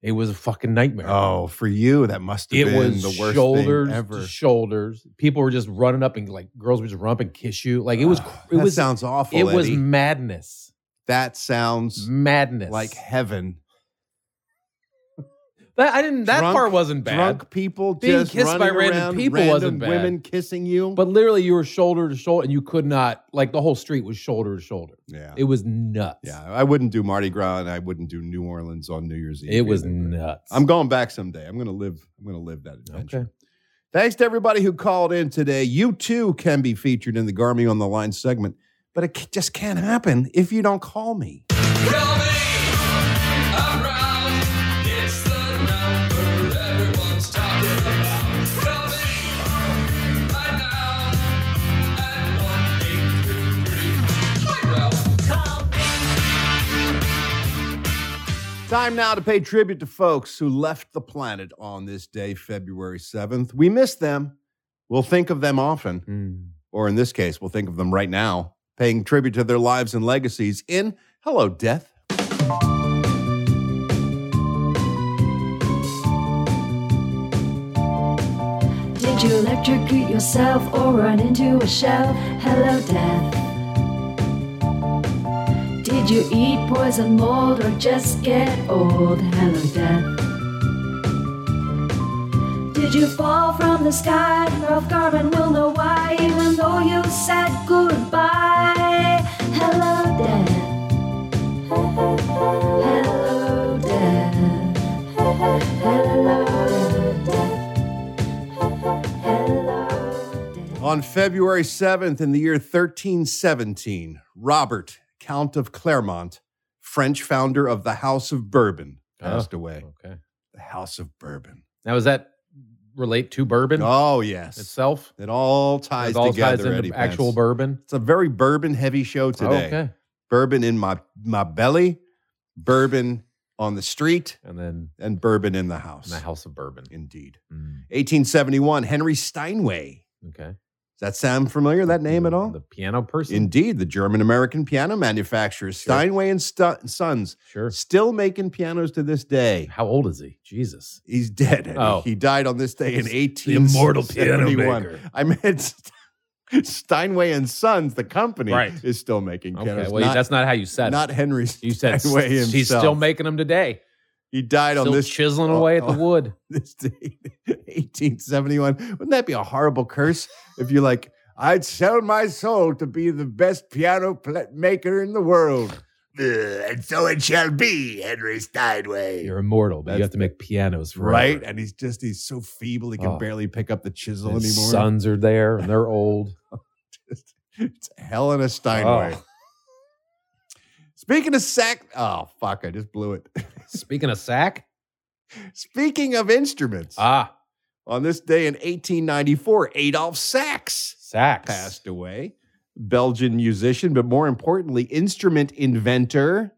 Speaker 3: It was a fucking nightmare.
Speaker 2: Oh, for you, that must have
Speaker 3: it
Speaker 2: been
Speaker 3: was
Speaker 2: the worst
Speaker 3: shoulders
Speaker 2: thing
Speaker 3: to
Speaker 2: ever.
Speaker 3: shoulders. People were just running up and like girls would just run up and kiss you. Like it was. it
Speaker 2: Ah, that
Speaker 3: was.
Speaker 2: sounds awful.
Speaker 3: it was
Speaker 2: Eddie.
Speaker 3: madness.
Speaker 2: that sounds
Speaker 3: Madness.
Speaker 2: like heaven.
Speaker 3: that. I didn't. That
Speaker 2: Drunk-
Speaker 3: part wasn't bad.
Speaker 2: Drunk people
Speaker 3: Being
Speaker 2: just
Speaker 3: kissed by
Speaker 2: running
Speaker 3: random
Speaker 2: around,
Speaker 3: people
Speaker 2: random
Speaker 3: wasn't bad.
Speaker 2: Women kissing you.
Speaker 3: But literally, you were shoulder to shoulder, and you could not. Like the whole street was shoulder to shoulder.
Speaker 2: yeah,
Speaker 3: It was nuts.
Speaker 2: yeah. I wouldn't do Mardi Gras, and I wouldn't do New Orleans on New Year's Eve.
Speaker 3: It was
Speaker 2: either.
Speaker 3: nuts.
Speaker 2: I'm going back someday. I'm going to live. I'm going to live that adventure.
Speaker 3: okay.
Speaker 2: Thanks to everybody who called in today. You too can be featured in the Garmy on the Line segment, but it c- just can't happen if you don't call me. Time now to pay tribute to folks who left the planet on this day, February 7th. We miss them. We'll think of them often,
Speaker 3: Hmm.
Speaker 2: or in this case, we'll think of them right now, paying tribute to their lives and legacies in Hello, Death.
Speaker 8: Did you electrocute yourself or run into a shell? Hello, death. Did you eat poison mold or just get old? Hello, death. Did you fall from the sky? Ralph Garman will know why, even though you said goodbye. Hello, death. Hello, death. Hello, death.
Speaker 2: On February 7th, in the year 1317, Robert, Count of Clermont, French founder of the House of Bourbon,
Speaker 3: Oh.
Speaker 2: passed away.
Speaker 3: Okay.
Speaker 2: The House of Bourbon.
Speaker 3: Now, does that relate to bourbon
Speaker 2: Oh, yes.
Speaker 3: itself?
Speaker 2: it all ties
Speaker 3: it all
Speaker 2: together.
Speaker 3: ties into
Speaker 2: Eddie Pence.
Speaker 3: actual bourbon. Oh,
Speaker 2: It's a very bourbon heavy show today.
Speaker 3: okay.
Speaker 2: Bourbon in my my belly, bourbon on the street,
Speaker 3: And then
Speaker 2: and bourbon in the house.
Speaker 3: in the house of bourbon. Mm,
Speaker 2: Indeed. 1871, Henry Steinway.
Speaker 3: Okay.
Speaker 2: Does that sound familiar, that name at all?
Speaker 3: The piano person.
Speaker 2: Indeed, the German American piano manufacturer, Steinway and Stu- Sons,
Speaker 3: sure.
Speaker 2: still making pianos to this day.
Speaker 3: How old is he? Jesus.
Speaker 2: He's dead. Eddie.
Speaker 3: Oh.
Speaker 2: He died on this day in
Speaker 3: The (laughs) immortal piano
Speaker 2: 1871.
Speaker 3: maker.
Speaker 2: I meant St- Steinway and Sons, the company,
Speaker 3: Right.
Speaker 2: is still making pianos.
Speaker 3: Okay. Well, that's not how you said
Speaker 2: not
Speaker 3: it.
Speaker 2: Henry
Speaker 3: You said
Speaker 2: (laughs) Steinway
Speaker 3: s-
Speaker 2: himself.
Speaker 3: he's still making them today.
Speaker 2: He died on
Speaker 3: Still
Speaker 2: this Oh,
Speaker 3: chiseling away at the
Speaker 2: on-
Speaker 3: wood.
Speaker 2: (laughs) this day, 1871. Wouldn't that be a horrible curse if you're like, I'd sell my soul to be the best piano pl- maker in the world.
Speaker 11: and so it shall be, Henry Steinway.
Speaker 3: You're immortal, but you
Speaker 2: That's
Speaker 3: have to make pianos forever.
Speaker 2: Right? And he's just, he's so feeble, he can
Speaker 3: Oh.
Speaker 2: barely pick up the chisel
Speaker 3: And His
Speaker 2: anymore.
Speaker 3: sons are there and they're old.
Speaker 2: (laughs) It's Helena Steinway.
Speaker 3: Oh.
Speaker 2: (laughs) Speaking of sack, oh, fuck, I just blew it. (laughs)
Speaker 3: Speaking of sack,
Speaker 2: Speaking of instruments,
Speaker 3: ah,
Speaker 2: on this day in 1894, Adolf Sax.
Speaker 3: sacks.
Speaker 2: passed away. Belgian musician, but more importantly, instrument inventor,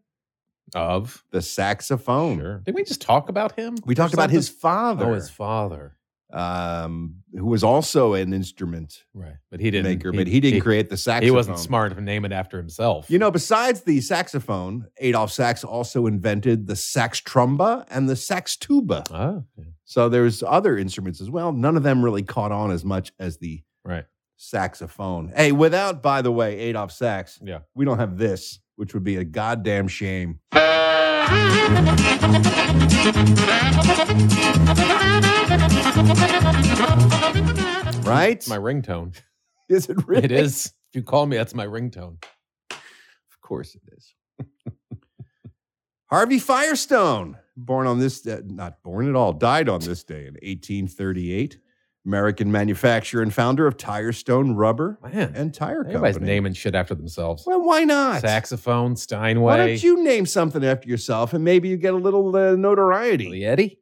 Speaker 3: Of.
Speaker 2: the saxophone.
Speaker 3: Sure. Did we just talk about him?
Speaker 2: We
Speaker 3: or
Speaker 2: talked about his
Speaker 3: something?
Speaker 2: father,
Speaker 3: Oh, his father.
Speaker 2: um, who was also an instrument
Speaker 3: Right. But he didn't.
Speaker 2: maker, but he didn't create the saxophone.
Speaker 3: He wasn't smart enough to name it after himself.
Speaker 2: You know, besides the saxophone, Adolf Sax also invented the sax tromba and the sax tuba.
Speaker 3: Oh, okay.
Speaker 2: So there's other instruments as well. None of them really caught on as much as the
Speaker 3: right.
Speaker 2: saxophone. Hey, without, by the way, Adolf Sax,
Speaker 3: Yeah.
Speaker 2: we don't have this, which would be a goddamn shame. Right?
Speaker 3: It's my ringtone.
Speaker 2: Is it (laughs) really?
Speaker 3: It is. If you call me, that's my ringtone.
Speaker 2: Of course it is. Harvey Firestone, born on this, uh, not born at all, died on this day in 1838. American manufacturer and founder of Tire Stone Rubber
Speaker 3: Man.
Speaker 2: and Tire
Speaker 3: Everybody's
Speaker 2: Company.
Speaker 3: naming shit after themselves.
Speaker 2: Well, why not?
Speaker 3: Saxophone, Steinway.
Speaker 2: Why don't you name something after yourself and maybe you get a little uh, notoriety?
Speaker 3: The Yeti?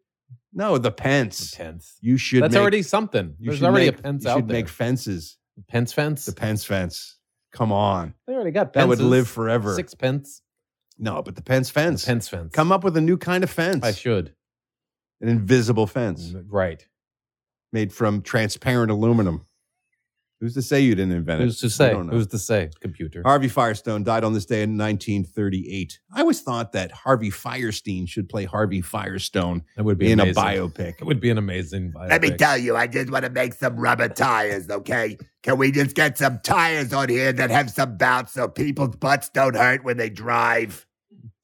Speaker 2: No, the Pence.
Speaker 3: Pence.
Speaker 2: You should.
Speaker 3: That's
Speaker 2: make-
Speaker 3: already something.
Speaker 2: You
Speaker 3: There's
Speaker 2: should
Speaker 3: already
Speaker 2: make-
Speaker 3: a Pence
Speaker 2: you
Speaker 3: out
Speaker 2: should
Speaker 3: there.
Speaker 2: make fences.
Speaker 3: Pence fence.
Speaker 2: The Pence fence. Come on.
Speaker 3: they already got
Speaker 2: That would
Speaker 3: Pences.
Speaker 2: live forever.
Speaker 3: Six pence.
Speaker 2: No, but the Pence fence.
Speaker 3: Pence fence.
Speaker 2: Come up with a new kind of fence.
Speaker 3: I Mm-hmm. should.
Speaker 2: An invisible fence
Speaker 3: Right.
Speaker 2: made from transparent aluminum. Who's to say you didn't invent
Speaker 3: Who's
Speaker 2: it?
Speaker 3: to
Speaker 2: I
Speaker 3: say?
Speaker 2: don't know.
Speaker 3: Who's to say? Computer.
Speaker 2: Harvey Firestone died on this day in 1938. I always thought that Harvey Firestein should play Harvey Firestone
Speaker 3: That would be
Speaker 2: in
Speaker 3: amazing.
Speaker 2: a biopic.
Speaker 3: It would be an amazing biopic.
Speaker 11: Let me tell you, I just want to make some rubber tires, okay? Can we just get some tires on here that have some bounce so people's butts don't hurt when they drive?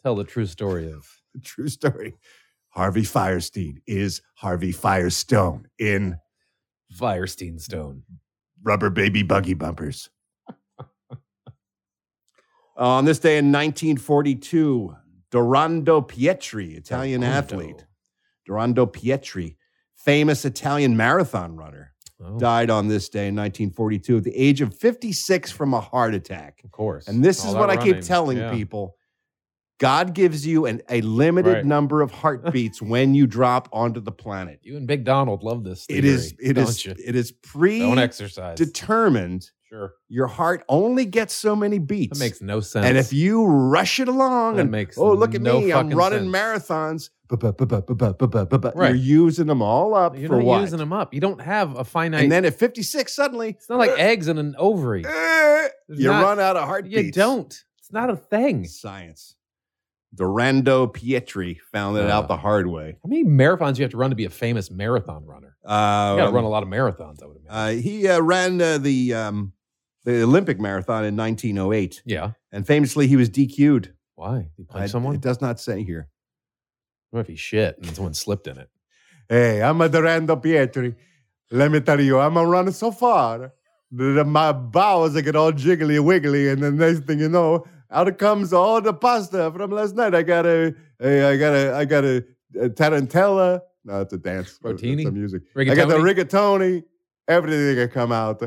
Speaker 3: Tell the true story of.
Speaker 2: True story.
Speaker 1: Harvey Firestein is Harvey Firestone in
Speaker 3: Firestein Stone.
Speaker 1: Rubber Baby Buggy Bumpers.
Speaker 2: Uh, On this day in 1942, Dorando Pietri, Italian
Speaker 3: Dorando.
Speaker 2: athlete, Dorando Pietri, famous Italian marathon runner,
Speaker 3: Oh,
Speaker 2: died on this day in 1942 at the age of 56 from a heart attack.
Speaker 3: of course.
Speaker 2: And this
Speaker 3: All
Speaker 2: is
Speaker 3: that
Speaker 2: what I
Speaker 3: running.
Speaker 2: keep telling
Speaker 3: Yeah.
Speaker 2: people God gives you an, a limited
Speaker 3: Right.
Speaker 2: number
Speaker 3: (laughs)
Speaker 2: of heartbeats when you drop onto the planet.
Speaker 3: You and Big Donald love this. Theory,
Speaker 2: It is, it
Speaker 3: don't
Speaker 2: is,
Speaker 3: You?
Speaker 2: it is
Speaker 3: Don't exercise.
Speaker 2: predetermined.
Speaker 3: sure.
Speaker 2: Your heart only gets so many beats.
Speaker 3: That makes no sense.
Speaker 2: And if you rush it along
Speaker 3: That
Speaker 2: and
Speaker 3: makes
Speaker 2: oh look at
Speaker 3: no
Speaker 2: me, I'm
Speaker 3: fucking
Speaker 2: running
Speaker 3: sense.
Speaker 2: marathons. Ba-ba-ba-ba-ba-ba-ba-ba-ba.
Speaker 3: Right.
Speaker 2: You're using them all up
Speaker 3: you're
Speaker 2: for
Speaker 3: not
Speaker 2: what?
Speaker 3: using them up, you don't have a finite.
Speaker 2: and then at 56, suddenly
Speaker 3: it's not like eggs in an ovary.
Speaker 2: eh,
Speaker 3: There's
Speaker 2: you
Speaker 3: not-
Speaker 2: run out of
Speaker 3: You
Speaker 2: heartbeats.
Speaker 3: don't. It's not a thing.
Speaker 2: Science. Durando Pietri found that
Speaker 3: Uh,
Speaker 2: out the hard way.
Speaker 3: How many marathons you have to run to be a famous marathon runner? You got
Speaker 2: Uh,
Speaker 3: to
Speaker 1: Um,
Speaker 3: run a lot of marathons. I would imagine.
Speaker 2: uh, he uh, ran uh, the um, the Olympic marathon in 1908,
Speaker 3: yeah.
Speaker 2: and famously he was DQ'd.
Speaker 3: Why? You punch
Speaker 2: I-
Speaker 3: someone?
Speaker 2: It does not say here.
Speaker 3: what if he shit and someone slipped in it?
Speaker 1: Hey, I'm a Durando Pietri. Let me tell you, I'm a runner so far that my bowels they get all jiggly wiggly, and the next thing you know, out comes all the pasta from last night. I got a, a I got a, I got a, a tarantella. No, it's a dance.
Speaker 3: Rotini?
Speaker 1: It's a music.
Speaker 3: Rigatoni?
Speaker 1: I got the rigatoni. Everything that come out.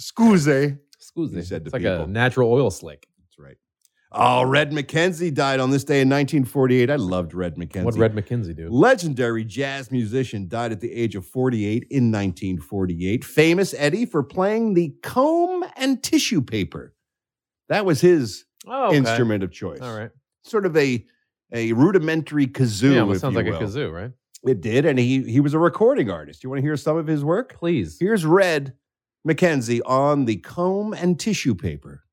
Speaker 1: Scuse.
Speaker 3: Excuse me.
Speaker 2: He said to
Speaker 3: It's like a
Speaker 2: people.
Speaker 3: natural oil slick.
Speaker 2: That's right. Oh, Red McKenzie died on this day in 1948. I loved Red McKenzie.
Speaker 3: What Red McKenzie do?
Speaker 2: Legendary jazz musician died at the age of 48 in 1948. Famous Eddie for playing the comb and tissue paper. That was his
Speaker 3: Oh, okay.
Speaker 2: instrument of choice.
Speaker 3: All right.
Speaker 2: Sort of a a rudimentary kazoo.
Speaker 3: yeah,
Speaker 2: if
Speaker 3: well, it sounds
Speaker 2: you
Speaker 3: like a
Speaker 2: will.
Speaker 3: kazoo, right?
Speaker 2: It did, and he he was a recording artist. You want to hear some of his work?
Speaker 3: Please.
Speaker 2: Here's Red McKenzie on the comb and tissue paper.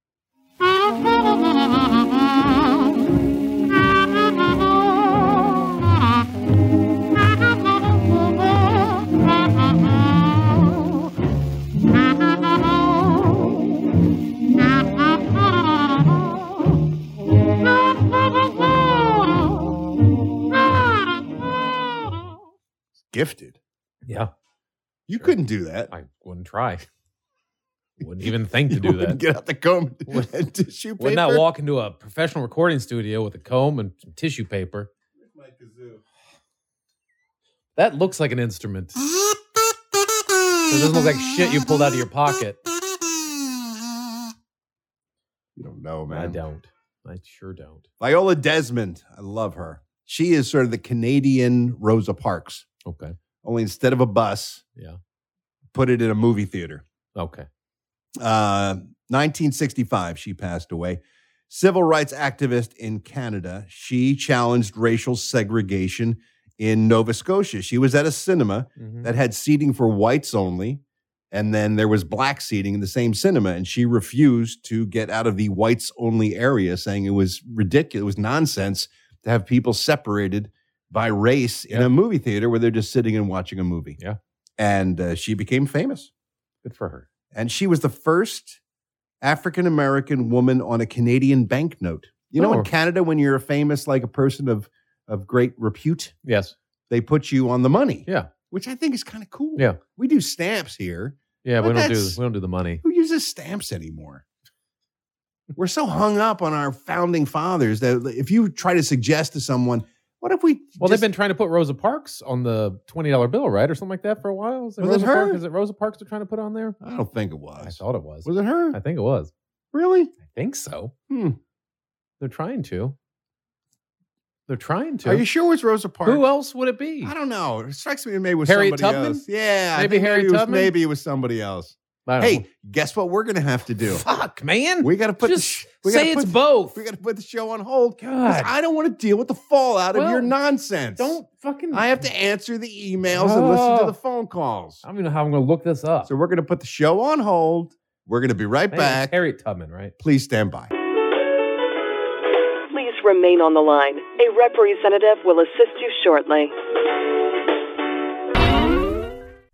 Speaker 2: Gifted.
Speaker 3: Yeah.
Speaker 2: You couldn't do that.
Speaker 3: I wouldn't try. Wouldn't even
Speaker 2: (laughs)
Speaker 3: think to do
Speaker 2: wouldn't
Speaker 3: that.
Speaker 2: Get out the comb
Speaker 3: Would-
Speaker 2: and (laughs) tissue paper.
Speaker 3: Would not walk into a professional recording studio with a comb and some tissue paper. That looks like an instrument. It doesn't look like shit you pulled out of your pocket.
Speaker 2: You don't know,
Speaker 3: I
Speaker 2: man.
Speaker 3: don't. I sure don't.
Speaker 2: Viola Desmond. I love her. She is sort of the Canadian Rosa Parks.
Speaker 3: Okay.
Speaker 2: Only instead of a bus,
Speaker 3: Yeah.
Speaker 2: put it in a movie theater.
Speaker 3: Okay.
Speaker 2: Uh, 1965, she passed away. Civil rights activist in Canada. She challenged racial segregation in Nova Scotia. She was at a cinema
Speaker 3: Mhm.
Speaker 2: that had seating for whites only. And then there was black seating in the same cinema. And she refused to get out of the whites only area, saying it was ridiculous, it was nonsense to have people separated by race in
Speaker 3: Yeah.
Speaker 2: a movie theater where they're just sitting and watching a movie.
Speaker 3: Yeah.
Speaker 2: And uh, she became famous.
Speaker 3: Good for her.
Speaker 2: And she was the first African American woman on a Canadian banknote.
Speaker 18: You know,
Speaker 3: Oh.
Speaker 18: in Canada, when you're a famous, like a person of of great repute,
Speaker 3: Yes.
Speaker 18: they put you on the money.
Speaker 3: Yeah.
Speaker 18: which I think is kind of cool.
Speaker 3: Yeah.
Speaker 18: we do stamps here.
Speaker 3: Yeah,
Speaker 18: But
Speaker 3: we don't do
Speaker 18: that's-
Speaker 3: we don't do the money.
Speaker 18: Who uses stamps anymore? We're so hung up on our founding fathers that if you try to suggest to someone, what if we? just-
Speaker 3: Well, they've been trying to put Rosa Parks on the twenty dollar bill, right, or something like that, for a while. Is it,
Speaker 18: Was it
Speaker 3: Rosa Parks?
Speaker 18: her?
Speaker 3: Is it Rosa Parks they're trying to put on there?
Speaker 18: I don't think it
Speaker 3: I
Speaker 18: was.
Speaker 3: thought it was.
Speaker 18: Was it her?
Speaker 3: I think it was.
Speaker 18: Really?
Speaker 3: I think so.
Speaker 18: Hmm.
Speaker 3: They're trying to. They're trying to.
Speaker 18: Are you sure it's Rosa Parks?
Speaker 3: Who else would it be?
Speaker 18: I don't know. It strikes me maybe with
Speaker 3: Harriet
Speaker 18: somebody
Speaker 3: Tubman?
Speaker 18: else. Yeah, I
Speaker 3: Maybe
Speaker 18: think
Speaker 3: Harriet
Speaker 18: maybe it was-
Speaker 3: Tubman?
Speaker 18: Maybe it was somebody else.
Speaker 3: I don't
Speaker 18: Hey,
Speaker 3: know.
Speaker 18: guess what? We're gonna have to do.
Speaker 3: (laughs) fuck, man.
Speaker 18: We got to put.
Speaker 3: Just
Speaker 18: the sh- we
Speaker 3: say
Speaker 18: gotta put
Speaker 3: it's
Speaker 18: the-
Speaker 3: both.
Speaker 18: We got to put the show on hold. 'cause
Speaker 3: God.
Speaker 18: I don't want to deal with the fallout
Speaker 3: Well,
Speaker 18: of your nonsense.
Speaker 3: Don't fucking.
Speaker 18: I have to answer the emails and listen to
Speaker 3: Oh.
Speaker 18: the phone calls.
Speaker 3: I don't even know how I'm going to look this up.
Speaker 18: So we're gonna put the show on hold. We're gonna be right
Speaker 3: I think it's
Speaker 18: back.
Speaker 3: Harriet Tubman, right?
Speaker 18: Please stand by.
Speaker 10: Please remain on the line. A representative will assist you shortly.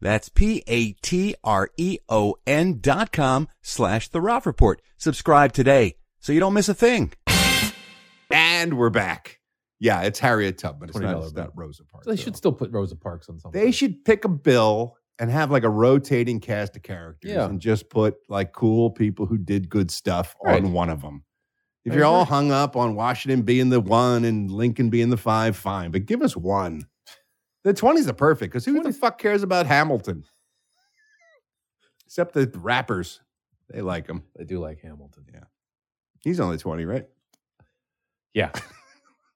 Speaker 2: That's P-A-T-R-E-O-N E dot com slash the Ralph Report. Subscribe today so you don't miss a thing.
Speaker 18: And we're back. Yeah, it's Harriet Tubman. It's not,
Speaker 3: $20
Speaker 18: it's
Speaker 3: bill.
Speaker 18: not Rosa Parks.
Speaker 3: They
Speaker 18: at
Speaker 3: should
Speaker 18: all.
Speaker 3: still put Rosa Parks on something.
Speaker 18: They should pick a bill and have like a rotating cast of characters
Speaker 3: Yeah.
Speaker 18: and just put like cool people who did good stuff
Speaker 3: Right.
Speaker 18: on one of them. If
Speaker 3: I
Speaker 18: you're all
Speaker 3: agree.
Speaker 18: hung up on Washington being the one and Lincoln being the five, fine, but give us one. The 20s are perfect because who the fuck cares about Hamilton? Except the rappers. They like him.
Speaker 3: They do like Hamilton.
Speaker 18: He's only 20, right? (laughs)
Speaker 3: Yeah.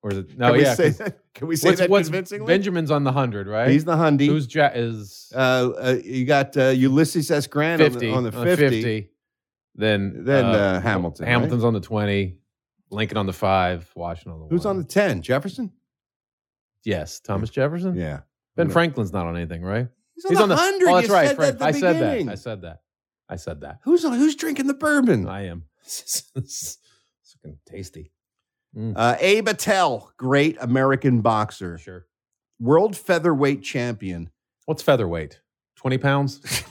Speaker 3: Or is it, no,
Speaker 18: Can we
Speaker 3: Oh, yeah.
Speaker 18: say
Speaker 3: 'cause
Speaker 18: that? Can we say
Speaker 3: what's-
Speaker 18: that
Speaker 3: what's-
Speaker 18: convincingly?
Speaker 3: Benjamin's on the hundred, right?
Speaker 18: He's the hundy.
Speaker 3: Who's ja- is
Speaker 18: uh, uh, you got uh, Ulysses S. Grant on the-
Speaker 3: fifty
Speaker 18: on the, 50.
Speaker 3: Then
Speaker 18: Then uh,
Speaker 3: uh,
Speaker 18: Hamilton. right?
Speaker 3: Hamilton's on the twenty, Lincoln on the five, Washington on the
Speaker 18: Who's
Speaker 3: one.
Speaker 18: on the 10? Jefferson?
Speaker 3: yes, Thomas Jefferson.
Speaker 18: Yeah.
Speaker 3: Ben Franklin's not on anything, right?
Speaker 18: He's on, the 100.
Speaker 3: Oh, that's
Speaker 18: you
Speaker 3: right.
Speaker 18: said
Speaker 3: Frank.
Speaker 18: that
Speaker 3: I
Speaker 18: at the
Speaker 3: said
Speaker 18: beginning. Hmm.
Speaker 3: that. I said that. I said that.
Speaker 18: Who's on, who's drinking the bourbon?
Speaker 3: I am. (laughs) it's fucking tasty.
Speaker 18: Uh, Abe Attell, great American boxer,
Speaker 3: Sure.
Speaker 18: world featherweight champion. (laughs)
Speaker 3: What's featherweight? Twenty pounds.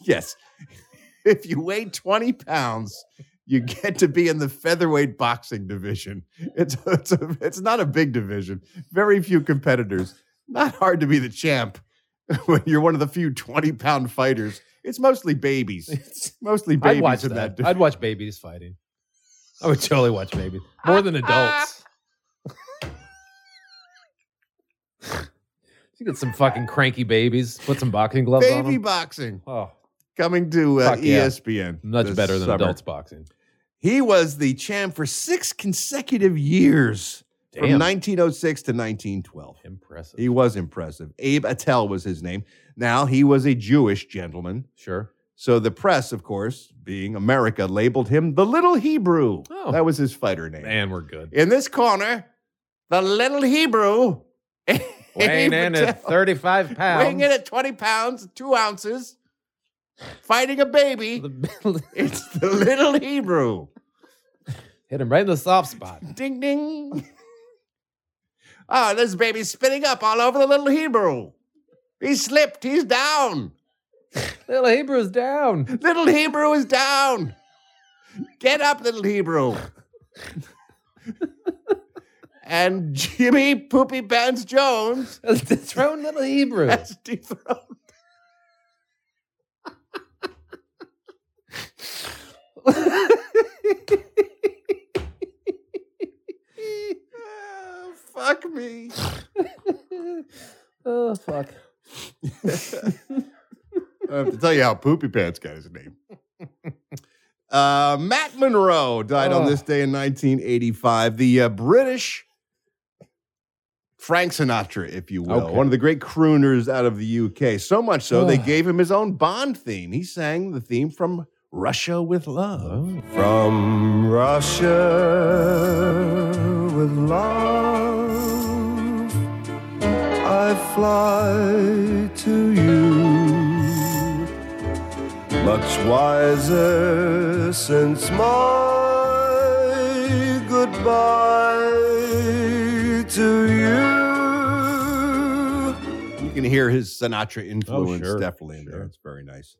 Speaker 18: Yes. (laughs) if you weigh 20 pounds, you get to be in the featherweight boxing division. It's it's, a, it's not a big division. Very few competitors. Not hard to be the champ (laughs) when you're one of the few 20 pound fighters. It's mostly babies. (laughs) Mostly babies
Speaker 3: I'd watch
Speaker 18: in that.
Speaker 3: that. I'd watch babies fighting. I would totally watch babies more
Speaker 18: (laughs)
Speaker 3: than adults. you get some fucking cranky babies. Put some boxing gloves on
Speaker 18: Baby
Speaker 3: them.
Speaker 18: boxing
Speaker 3: Oh,
Speaker 18: coming to uh,
Speaker 3: Fuck yeah.
Speaker 18: ESPN.
Speaker 3: much
Speaker 18: this
Speaker 3: better than
Speaker 18: summer.
Speaker 3: adults boxing.
Speaker 18: He was the champ for six consecutive years from
Speaker 3: Damn.
Speaker 18: 1906 to 1912.
Speaker 3: Impressive.
Speaker 18: He was impressive. Abe Attell was his name. Now, he was a Jewish gentleman.
Speaker 3: sure.
Speaker 18: So the press, of course, being America, labeled him the Little Hebrew.
Speaker 3: Oh.
Speaker 18: That was his fighter name.
Speaker 3: Man,
Speaker 18: (laughs)
Speaker 3: we're good.
Speaker 18: In this corner, the Little Hebrew.
Speaker 3: Weighing
Speaker 18: (laughs) Abe
Speaker 3: in at
Speaker 18: Attell,
Speaker 3: 35 pounds.
Speaker 18: Weighing in
Speaker 3: (laughs)
Speaker 18: at 20 pounds, two ounces, fighting a baby. (laughs) It's the Little Hebrew.
Speaker 3: (laughs) Hit him right in the soft spot.
Speaker 18: Ding
Speaker 3: (laughs)
Speaker 18: ding. Oh, this baby's spinning up all over the little Hebrew. He slipped. He's down.
Speaker 3: Little Hebrew's down. (laughs)
Speaker 18: Little Hebrew is down. Get up, little Hebrew. and Jimmy Poopy Pants Jones
Speaker 3: Dethrone Little Hebrew. (laughs)
Speaker 18: has dethroned. Oh, fuck me.
Speaker 3: (laughs)
Speaker 18: (laughs)
Speaker 3: oh, fuck.
Speaker 18: I have to tell you how Poopy Pants got his name. (laughs) Uh, Matt Monroe died on
Speaker 3: Oh.
Speaker 18: this day in 1985. The uh, British Frank Sinatra, if you will,
Speaker 3: Okay.
Speaker 18: one of the great crooners out of the UK. So much so they
Speaker 3: Ugh.
Speaker 18: gave him his own Bond theme. He sang the theme from Russia with Love.
Speaker 19: From Russia with love, I fly to you. Much wiser since my goodbye to you.
Speaker 18: You can hear his Sinatra
Speaker 3: Oh,
Speaker 18: influence
Speaker 19: sure,
Speaker 18: definitely in there. It's very nice.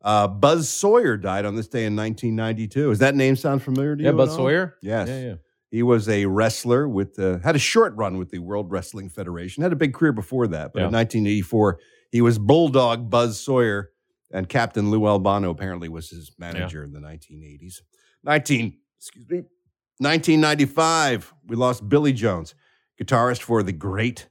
Speaker 18: Uh, Buzz Sawyer died on this day in 1992. Does that name sound familiar to
Speaker 3: Yeah,
Speaker 18: you? at
Speaker 3: Buzz
Speaker 18: all?
Speaker 3: Sawyer?
Speaker 18: Yes.
Speaker 3: Yeah, yeah.
Speaker 18: He was a wrestler with the, had a short run with the World Wrestling Federation. Had a big career before that, but
Speaker 3: Yeah.
Speaker 18: in 1984 he was Bulldog Buzz Sawyer, and Captain Lou Albano apparently was his manager in the 1980s. 19 excuse me, 1995 we lost Billy Jones, guitarist for the great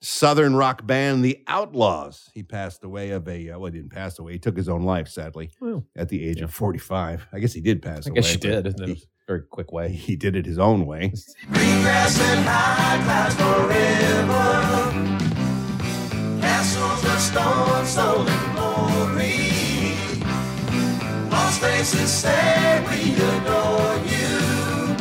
Speaker 18: Southern rock band The Outlaws. He passed away of a uh, well, he didn't pass away. He took his own life, sadly,
Speaker 3: Well,
Speaker 18: at the age of 45. I guess he did pass
Speaker 3: I
Speaker 18: away.
Speaker 3: guess you
Speaker 18: but
Speaker 3: did. It
Speaker 18: he-
Speaker 3: was a very quick way.
Speaker 18: he did it his own way.
Speaker 17: Grass and high clouds forever. Castles of stone, stolen glory. Lost faces say we adore you.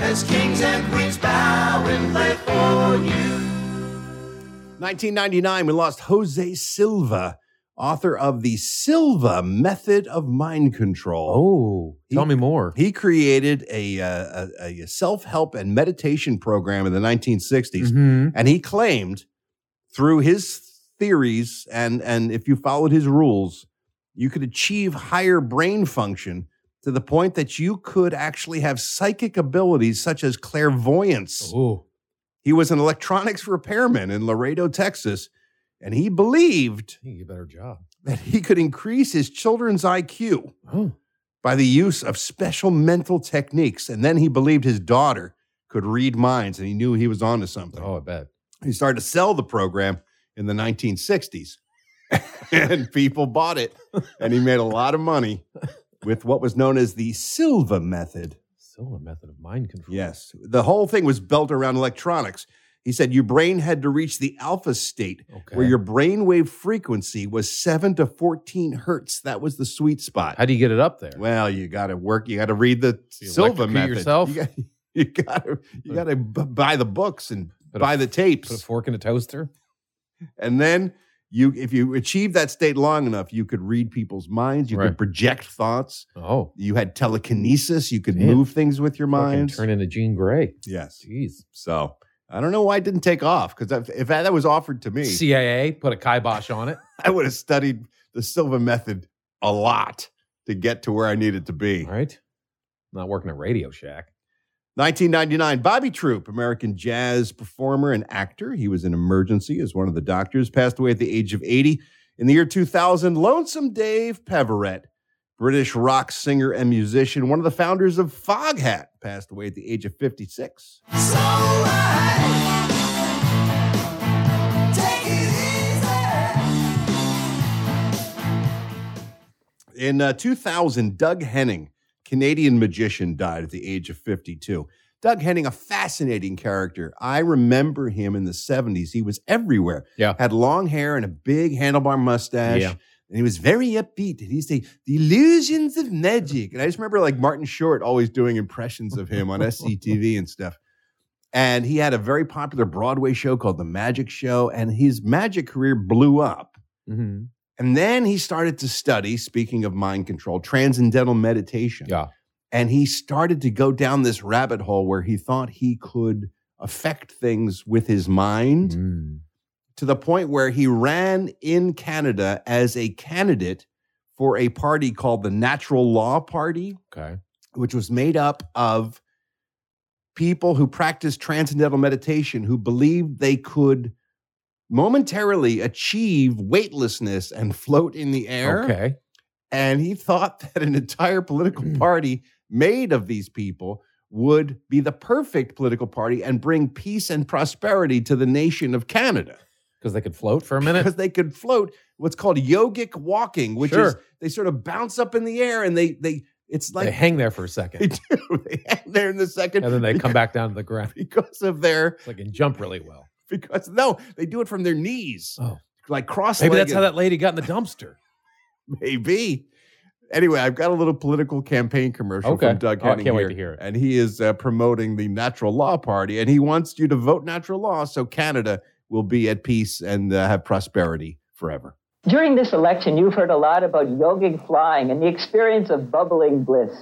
Speaker 17: As kings and queens bow and play for you.
Speaker 18: 1999, we lost Jose Silva, author of the Silva Method of Mind Control.
Speaker 3: Oh, tell me more.
Speaker 18: He created a, uh, a, a self help and meditation program in the 1960s.
Speaker 3: Mhm.
Speaker 18: And he claimed through his theories and, and if you followed his rules, you could achieve higher brain function to the point that you could actually have psychic abilities such as clairvoyance.
Speaker 3: Ooh.
Speaker 18: He was an electronics repairman in Laredo, Texas, and he believed
Speaker 3: You get a better job.
Speaker 18: that he could increase his children's IQ
Speaker 3: Oh.
Speaker 18: by the use of special mental techniques. And then he believed his daughter could read minds, and he knew he was onto something.
Speaker 3: Oh, I bet.
Speaker 18: He started to sell the program in the 1960s, (laughs) and people bought it, and he made a lot of money with what was known as the Silva method.
Speaker 3: Still a method of mind control.
Speaker 18: Yes. The whole thing was built around electronics. He said your brain had to reach the alpha state
Speaker 3: Okay.
Speaker 18: where your brainwave frequency was 7 to 14 hertz. That was the sweet spot.
Speaker 3: How do you get it up there?
Speaker 18: well, you got to work, you got to read the
Speaker 3: You
Speaker 18: Silva
Speaker 3: electrocute
Speaker 18: method.
Speaker 3: yourself?
Speaker 18: You got (laughs) you got to you got to b- buy the books and
Speaker 3: Put a-
Speaker 18: buy the tapes.
Speaker 3: Put a fork in a toaster.
Speaker 18: And then you if you achieve that state long enough, you could read people's minds, you
Speaker 3: Right.
Speaker 18: could project thoughts.
Speaker 3: Oh,
Speaker 18: You had telekinesis, you could
Speaker 3: Man.
Speaker 18: move things with your
Speaker 3: fucking
Speaker 18: mind.
Speaker 3: turn into Jean Grey.
Speaker 18: Yes.
Speaker 3: Jeez.
Speaker 18: So I don't know why it didn't take off because if, if that was offered to me,
Speaker 3: CIA put a kibosh on it.
Speaker 18: I would have studied the Silva method a lot to get to where I needed to be.
Speaker 3: All right. Not working at Radio Shack.
Speaker 18: 1999, Bobby Troop, American jazz performer and actor. He was in emergency as one of the doctors, passed away at the age of 80. In the year 2000, Lonesome Dave Peverett, British rock singer and musician, one of the founders of Foghat, passed away at the age of 56.
Speaker 17: So I take it easy.
Speaker 18: In uh, 2000, Doug Henning, Canadian magician, died at the age of 52. Doug Henning, a fascinating character. I remember him in the 70s. He was everywhere.
Speaker 3: Yeah.
Speaker 18: Had long hair and a big handlebar mustache.
Speaker 3: Yeah.
Speaker 18: And he was very upbeat. And he'd say, The illusions of magic. And I just remember like Martin Short always doing impressions of him on SCTV and stuff. And he had a very popular Broadway show called The Magic Show. And his magic career blew up.
Speaker 3: Mm-hmm.
Speaker 18: And then he started to study, speaking of mind control, transcendental meditation.
Speaker 3: Yeah.
Speaker 18: And he started to go down this rabbit hole where he thought he could affect things with his mind
Speaker 3: Mm.
Speaker 18: to the point where he ran in Canada as a candidate for a party called the Natural Law Party,
Speaker 3: Okay.
Speaker 18: which was made up of people who practiced transcendental meditation who believed they could momentarily achieve weightlessness and float in the air.
Speaker 3: Okay.
Speaker 18: And he thought (laughs) that an entire political
Speaker 3: Hmm.
Speaker 18: party made of these people would be the perfect political party and bring peace and prosperity to the nation of
Speaker 3: (laughs)
Speaker 18: Canada
Speaker 3: Because they could float for
Speaker 18: (laughs)
Speaker 3: a minute.
Speaker 18: because they could float what's called yogic walking, which is
Speaker 3: Sure.
Speaker 18: they sort of bounce up in the air and they they it's
Speaker 3: they
Speaker 18: like
Speaker 3: hang there for
Speaker 18: (laughs)
Speaker 3: a
Speaker 18: they
Speaker 3: second.
Speaker 18: do. They hang there in the second
Speaker 3: And then
Speaker 18: (laughs)
Speaker 3: they come back down to the ground.
Speaker 18: because of their
Speaker 3: It's like and jump really well.
Speaker 18: because no, they do it from their knees.
Speaker 3: Oh.
Speaker 18: Like cross
Speaker 3: Maybe that's how that lady got in the dumpster.
Speaker 18: maybe. Anyway, I've got a little political campaign commercial
Speaker 3: Okay.
Speaker 18: from Doug
Speaker 3: Oh, I
Speaker 18: Henning
Speaker 3: can't wait
Speaker 18: here,
Speaker 3: to hear it.
Speaker 18: And he is uh, promoting the Natural Law Party, and he wants you to vote natural law so Canada will be at peace and uh, have prosperity forever.
Speaker 13: During this election, you've heard a lot about yogic flying and the experience of bubbling bliss.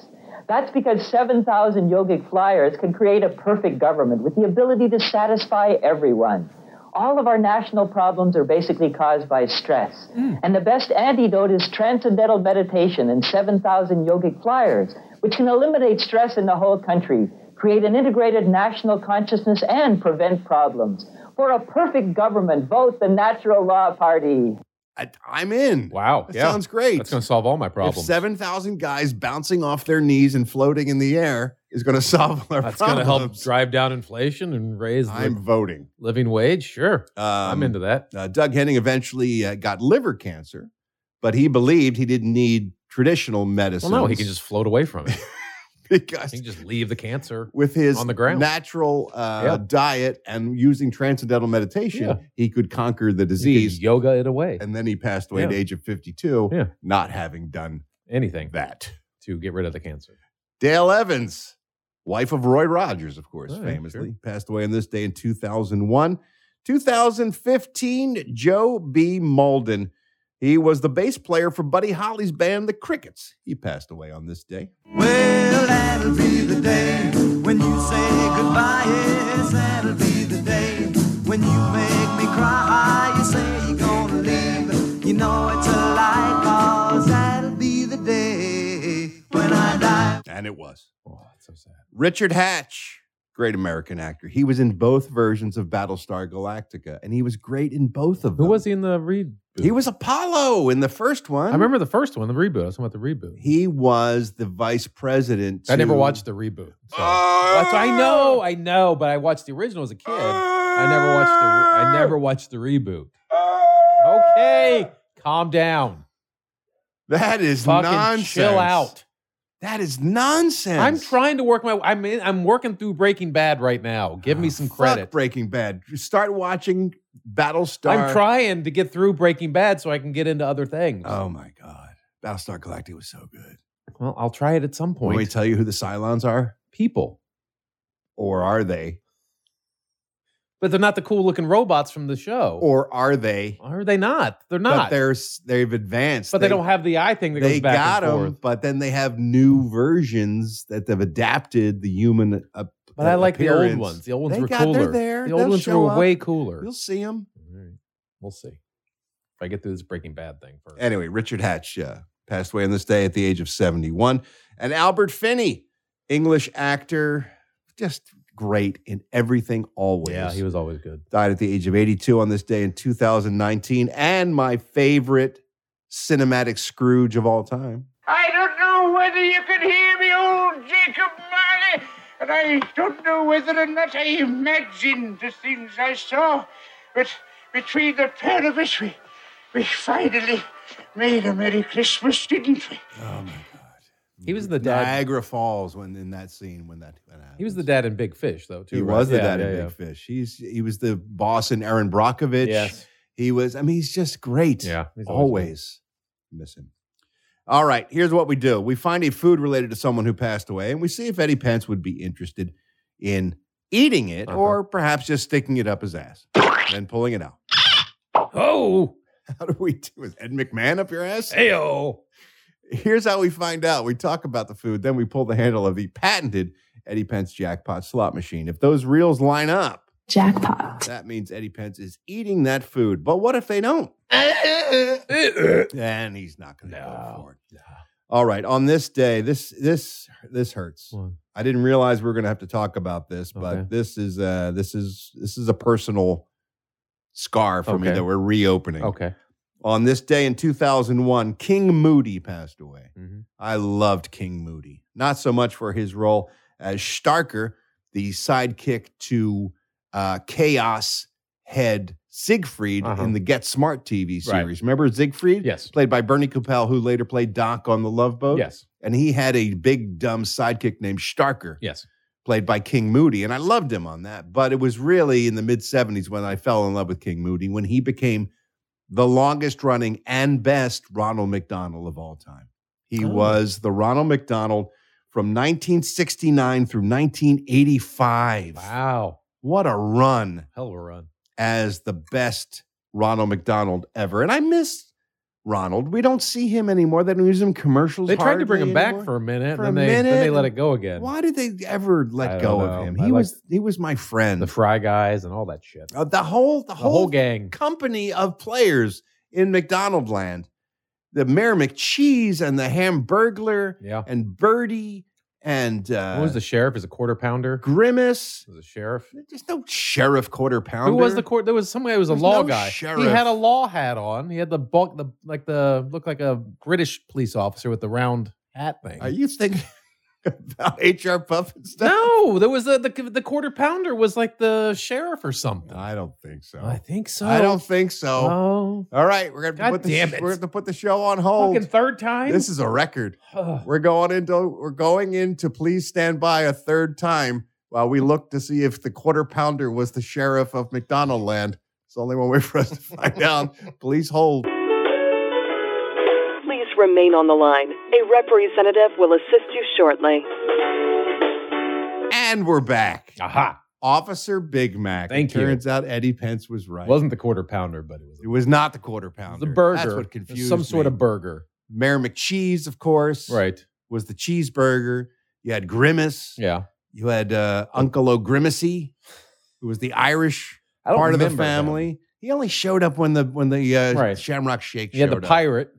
Speaker 13: That's because 7,000 yogic flyers can create a perfect government with the ability to satisfy everyone. All of our national problems are basically caused by stress. And the best antidote is transcendental meditation and 7,000 yogic flyers, which can eliminate stress in the whole country, create an integrated national consciousness, and prevent problems. For a perfect government, vote the Natural Law Party.
Speaker 18: I, am in.
Speaker 3: Wow.
Speaker 18: That
Speaker 3: yeah.
Speaker 18: sounds great.
Speaker 3: That's going to solve all my
Speaker 18: If
Speaker 3: problems.
Speaker 18: (laughs) 7,000 guys bouncing off their knees and floating in the air is going to solve all our
Speaker 3: That's going to
Speaker 18: problems.
Speaker 3: help drive down inflation and raise the
Speaker 18: I'm voting.
Speaker 3: living wage. Sure. I'm
Speaker 18: Um,
Speaker 3: into that.
Speaker 18: Uh, Doug Henning eventually uh, got liver cancer, but he believed he didn't need traditional
Speaker 3: Well,
Speaker 18: medicine.
Speaker 3: no, he can just float
Speaker 18: (laughs)
Speaker 3: away from it.
Speaker 18: because
Speaker 3: he can just leave the cancer.
Speaker 18: with his
Speaker 3: on the ground.
Speaker 18: natural uh,
Speaker 3: Yeah.
Speaker 18: diet and using transcendental meditation,
Speaker 3: Yeah.
Speaker 18: he could conquer the
Speaker 3: Disease.
Speaker 18: disease.
Speaker 3: Yoga it away.
Speaker 18: and then he passed away at the
Speaker 3: Yeah.
Speaker 18: age of 52,
Speaker 3: Yeah.
Speaker 18: not having done
Speaker 3: Anything
Speaker 18: that.
Speaker 3: to get rid of the cancer.
Speaker 18: Dale Evans, wife of Roy Rogers, of course,
Speaker 3: Right,
Speaker 18: famously passed away on this day in 2001. 2015, Joe B. Malden. He was the bass player for Buddy Holly's band, The Crickets. He passed away on this day.
Speaker 14: Well, that'll be the day when you say goodbye. Yes, that'll be the day when you make me cry. You say you're gonna leave. You know it's a lie, cause that'll be the day when I die.
Speaker 18: And it was.
Speaker 3: Oh, that's so sad.
Speaker 18: Richard Hatch, great American actor. He was in both versions of Battlestar Galactica, and he was great in both of them.
Speaker 3: Who was he in the reboot?
Speaker 18: Um, He was Apollo in the first one.
Speaker 3: I remember the first one, the reboot. I was talking about the reboot.
Speaker 18: he was the vice president.
Speaker 3: I never
Speaker 18: to-
Speaker 3: watched the reboot. So.
Speaker 18: Oh!
Speaker 3: That's- I know, I know, but I watched the original as a kid. I never watched the I never watched the reboot.
Speaker 18: Oh!
Speaker 3: Okay, calm down.
Speaker 18: That is
Speaker 3: Fucking
Speaker 18: nonsense.
Speaker 3: chill out.
Speaker 18: That is nonsense.
Speaker 3: I'm trying to work my I'm in, I'm working through Breaking Bad right now. Give me
Speaker 18: Ah,
Speaker 3: some
Speaker 18: Oh, Fuck
Speaker 3: credit.
Speaker 18: Breaking Bad. Start watching Battlestar.
Speaker 3: I'm trying to get through Breaking Bad so I can get into other things.
Speaker 18: Oh my god, Battlestar Galactica was so good.
Speaker 3: well, I'll try it at some
Speaker 18: When we
Speaker 3: point.
Speaker 18: tell you who the Cylons are,
Speaker 3: People,
Speaker 18: or are they,
Speaker 3: but they're not the cool looking robots from the show.
Speaker 18: or are they?
Speaker 3: are they not? They're
Speaker 18: But
Speaker 3: not.
Speaker 18: they're s- they've advanced.
Speaker 3: But they, don't have the eye thing that
Speaker 18: They
Speaker 3: goes back
Speaker 18: got
Speaker 3: and
Speaker 18: them,
Speaker 3: forth.
Speaker 18: but then they have new versions that they've adapted the human. ap-
Speaker 3: But I like the old
Speaker 18: appearance.
Speaker 3: ones. The old ones
Speaker 18: They
Speaker 3: were
Speaker 18: got- they're
Speaker 3: cooler.
Speaker 18: there.
Speaker 3: The old
Speaker 18: They'll
Speaker 3: ones
Speaker 18: show
Speaker 3: were
Speaker 18: up.
Speaker 3: way cooler.
Speaker 18: You'll see them.
Speaker 3: All right. We'll see. If I get through this Breaking Bad thing first.
Speaker 18: Anyway, Richard Hatch uh, passed away on this day at the age of 71. And Albert Finney, English actor, just great in everything always.
Speaker 3: yeah, he was always good.
Speaker 18: Died at the age of 82 on this day in 2019. And my favorite cinematic Scrooge of all time.
Speaker 14: I don't know whether you can hear me, old Jacob Marley, and I don't know whether or not I imagined the things I saw, but between the pair of us, we, we finally made a Merry Christmas, didn't we?
Speaker 18: Oh my God.
Speaker 3: He was the dad.
Speaker 18: Niagara Falls when in that scene when that, when that
Speaker 3: He was the
Speaker 18: happens.
Speaker 3: dad in Big Fish, though. Too.
Speaker 18: He
Speaker 3: right?
Speaker 18: was the
Speaker 3: Yeah,
Speaker 18: dad
Speaker 3: yeah,
Speaker 18: in Big Fish. He's he was the boss in Aaron
Speaker 3: yeah.
Speaker 18: Brockovich.
Speaker 3: Yes.
Speaker 18: He was, I mean, he's just great.
Speaker 3: Yeah. he's good.
Speaker 18: always miss him. All right, here's what we do. We find a food related to someone who passed away, and we see if Eddie Pence would be interested in eating it
Speaker 3: Uh-huh.
Speaker 18: or perhaps just sticking it up his ass and pulling it out. (laughs)
Speaker 3: Oh,
Speaker 18: How do we do? Is Ed McMahon up your ass?
Speaker 3: heyo.
Speaker 18: Here's how we find out. We talk about the food, then we pull the handle of the patented Eddie Pence jackpot slot machine. If those reels line up,
Speaker 8: Jackpot.
Speaker 18: that means Eddie Pence is eating that food. But what if they
Speaker 3: (laughs)
Speaker 18: don't? And he's not going to go for it. All right. On this day, this this this hurts.
Speaker 3: What?
Speaker 18: I didn't realize we were going to have to talk about this, but
Speaker 3: Okay.
Speaker 18: this is uh this is this is a personal scar for me
Speaker 3: Okay.
Speaker 18: that we're reopening.
Speaker 3: Okay.
Speaker 18: On this day in 2001, King Moody passed away.
Speaker 3: Mhm.
Speaker 18: I loved King Moody. Not so much for his role as Starker, the sidekick to uh Chaos Head Siegfried
Speaker 3: Uh-huh.
Speaker 18: in the Get Smart TV
Speaker 3: Right.
Speaker 18: series. Remember Siegfried?
Speaker 3: Yes.
Speaker 18: played by Bernie Capel, who later played Doc on The Love Boat.
Speaker 3: Yes.
Speaker 18: And he had a big, dumb sidekick named Starker,
Speaker 3: Yes.
Speaker 18: played by King Moody. And I loved him on that. But it was really in the mid 70s when I fell in love with King Moody, when he became the longest running and best Ronald McDonald of all time.
Speaker 3: Oh.
Speaker 2: He was the Ronald McDonald from 1969 through 1985.
Speaker 3: Wow.
Speaker 2: What a run
Speaker 3: Hell of a run.
Speaker 2: as the best Ronald McDonald ever. And I miss Ronald. We don't see him anymore. They don't use him in commercials.
Speaker 3: They tried to bring
Speaker 2: hardly
Speaker 3: him back
Speaker 2: anymore.
Speaker 3: for a minute,
Speaker 2: For
Speaker 3: and
Speaker 2: a
Speaker 3: then they, then they
Speaker 2: minute,
Speaker 3: let it go again.
Speaker 2: Why did they ever
Speaker 3: I
Speaker 2: let
Speaker 3: don't
Speaker 2: go
Speaker 3: know.
Speaker 2: of him?
Speaker 3: I
Speaker 2: He
Speaker 3: like-
Speaker 2: was he was my friend.
Speaker 3: The Fry Guys and all that shit.
Speaker 2: Uh, the whole the
Speaker 3: The
Speaker 2: whole,
Speaker 3: whole gang.
Speaker 2: company of players in McDonald land. The Mayor McCheese and the Hamburglar
Speaker 3: Yeah.
Speaker 2: and Birdie and uh,
Speaker 3: Who was the sheriff? Is a quarter pounder?
Speaker 2: Grimace.
Speaker 3: Was a sheriff?
Speaker 2: There's no sheriff quarter pounder.
Speaker 3: Who was the court? There was some guy who was a
Speaker 2: There's
Speaker 3: law
Speaker 2: no
Speaker 3: guy. He
Speaker 2: sheriff.
Speaker 3: had a law hat on. He had the bulk, the like the looked like a British police officer with the round hat thing.
Speaker 2: Are you thinking (laughs) about HR Puff and stuff?
Speaker 3: no, there was a, the the quarter pounder was like the sheriff or something.
Speaker 2: I don't think so.
Speaker 3: I think so.
Speaker 2: I don't think so.
Speaker 3: Oh,
Speaker 2: All right, we're gonna
Speaker 3: God
Speaker 2: put
Speaker 3: damn
Speaker 2: the,
Speaker 3: it.
Speaker 2: we're gonna put the show on hold.
Speaker 3: fucking third time. (sighs)
Speaker 2: This is a record.
Speaker 3: Ugh.
Speaker 2: We're going into we're going into please stand by a third time while we look to see if the quarter pounder was the sheriff of McDonald land. It's the only one way for us to find out. Please hold.
Speaker 10: Please remain on the line. A representative will assist you shortly.
Speaker 2: And we're back.
Speaker 3: Aha!
Speaker 2: Officer Big Mac.
Speaker 3: Thank
Speaker 2: it
Speaker 3: you.
Speaker 2: Turns out Eddie Pence was right.
Speaker 3: Wasn't the quarter pounder, but it was
Speaker 2: it was not the quarter pounder.
Speaker 3: the burger.
Speaker 2: That's what
Speaker 3: It's
Speaker 2: confused
Speaker 3: Some sort
Speaker 2: me.
Speaker 3: of burger,
Speaker 2: Mayor McCheese, of course.
Speaker 3: right?
Speaker 2: Was the cheeseburger. You had Grimace.
Speaker 3: Yeah.
Speaker 2: You had uh, Uncle O'Grimacy, who was the Irish
Speaker 3: I don't
Speaker 2: part of the
Speaker 3: remember them.
Speaker 2: family. He only showed up when the when the uh,
Speaker 3: Right.
Speaker 2: Shamrock Shake
Speaker 3: You had
Speaker 2: showed
Speaker 3: the
Speaker 2: up.
Speaker 3: pirate.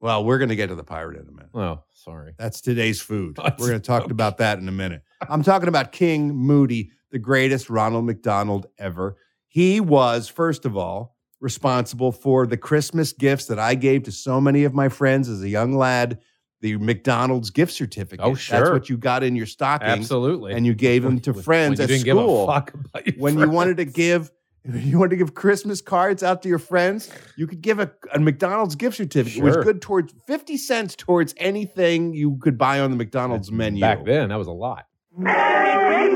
Speaker 2: Well, we're going to get to the pirate in a minute.
Speaker 3: Oh, sorry.
Speaker 2: That's today's food.
Speaker 3: (laughs) That's-
Speaker 2: we're going to talk about that in a minute. I'm talking about King Moody, the greatest Ronald McDonald ever. He was, first of all, responsible for the Christmas gifts that I gave to so many of my friends as a young lad. The McDonald's gift certificate.
Speaker 3: Oh,
Speaker 2: That's
Speaker 3: sure.
Speaker 2: what you got in your stocking.
Speaker 3: Absolutely.
Speaker 2: And you gave them
Speaker 3: When-
Speaker 2: to
Speaker 3: when-
Speaker 2: friends
Speaker 3: when you
Speaker 2: at
Speaker 3: didn't
Speaker 2: school.
Speaker 3: Give a fuck about your
Speaker 2: when you
Speaker 3: friends.
Speaker 2: wanted to give (laughs) when you wanted to give Christmas cards out to your friends, you could give a, a McDonald's gift certificate. It
Speaker 3: Sure.
Speaker 2: was good towards 50 cents towards anything you could buy on the McDonald's menu.
Speaker 3: back then, that was a lot.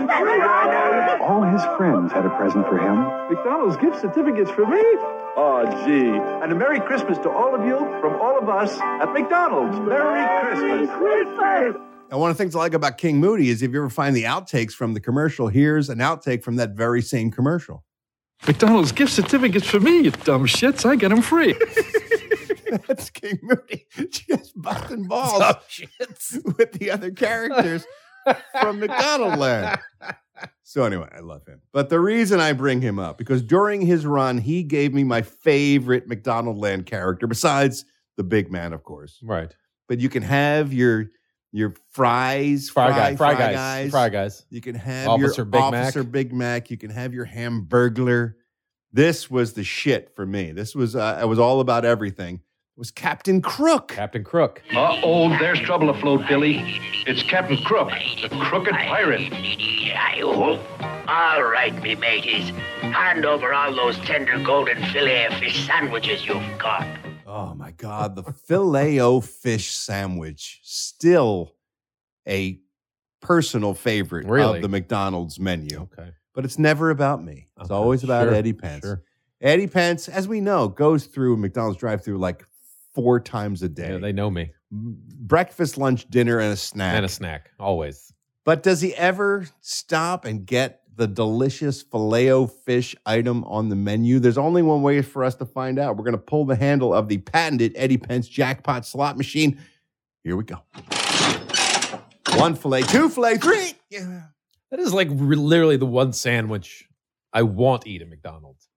Speaker 20: All his friends had a present for him. McDonald's gift certificates for me? Oh, gee. And a Merry Christmas to all of you from all of us at McDonald's. Merry Christmas.
Speaker 2: And one of the things I like about King Moody is if you ever find the outtakes from the commercial, here's an outtake from that very same commercial.
Speaker 21: McDonald's gift certificates for me, you dumb shits. I get them
Speaker 2: (laughs)
Speaker 21: free.
Speaker 2: That's King Moody just busting balls with the other characters from McDonald Land. So anyway, I love him. But the reason I bring him up because during his run, he gave me my favorite McDonald Land character besides the big man, of course.
Speaker 3: Right.
Speaker 2: But you can have your your fries,
Speaker 3: Fry,
Speaker 2: fry,
Speaker 3: guy, fry, guys, fry guys.
Speaker 2: You can have
Speaker 3: Officer
Speaker 2: your
Speaker 3: Big Mac.
Speaker 2: Officer Big Mac. You can have your Hamburglar. This was the shit for me. This was uh, I was all about everything. It was Captain Crook.
Speaker 3: Captain Crook.
Speaker 22: Uh oh, there's trouble afloat, Billy. It's Captain Crook, the crooked pirate.
Speaker 23: Yeah, you hope. All right, me mateys. Hand over all those tender golden fillet fish sandwiches you've got.
Speaker 2: Oh my God, the filet o fish sandwich still a personal favorite
Speaker 3: Really?
Speaker 2: of the McDonald's menu,
Speaker 3: Okay.
Speaker 2: but it's never about me. It's
Speaker 3: Okay,
Speaker 2: always about
Speaker 3: sure,
Speaker 2: Eddie Pence.
Speaker 3: sure.
Speaker 2: Eddie Pence, as we know, goes through McDonald's drive-through like four times a day.
Speaker 3: Yeah, they know me.
Speaker 2: breakfast, lunch, dinner, and a snack.
Speaker 3: And a snack, always.
Speaker 2: But does he ever stop and get the delicious filet o fish item on the menu? There's only one way for us to find out. We're going to pull the handle of the patented Eddie Pence jackpot slot machine. Here we go. One filet, two filet, three. Yeah.
Speaker 3: That is like re- literally the one sandwich I want to eat at McDonald's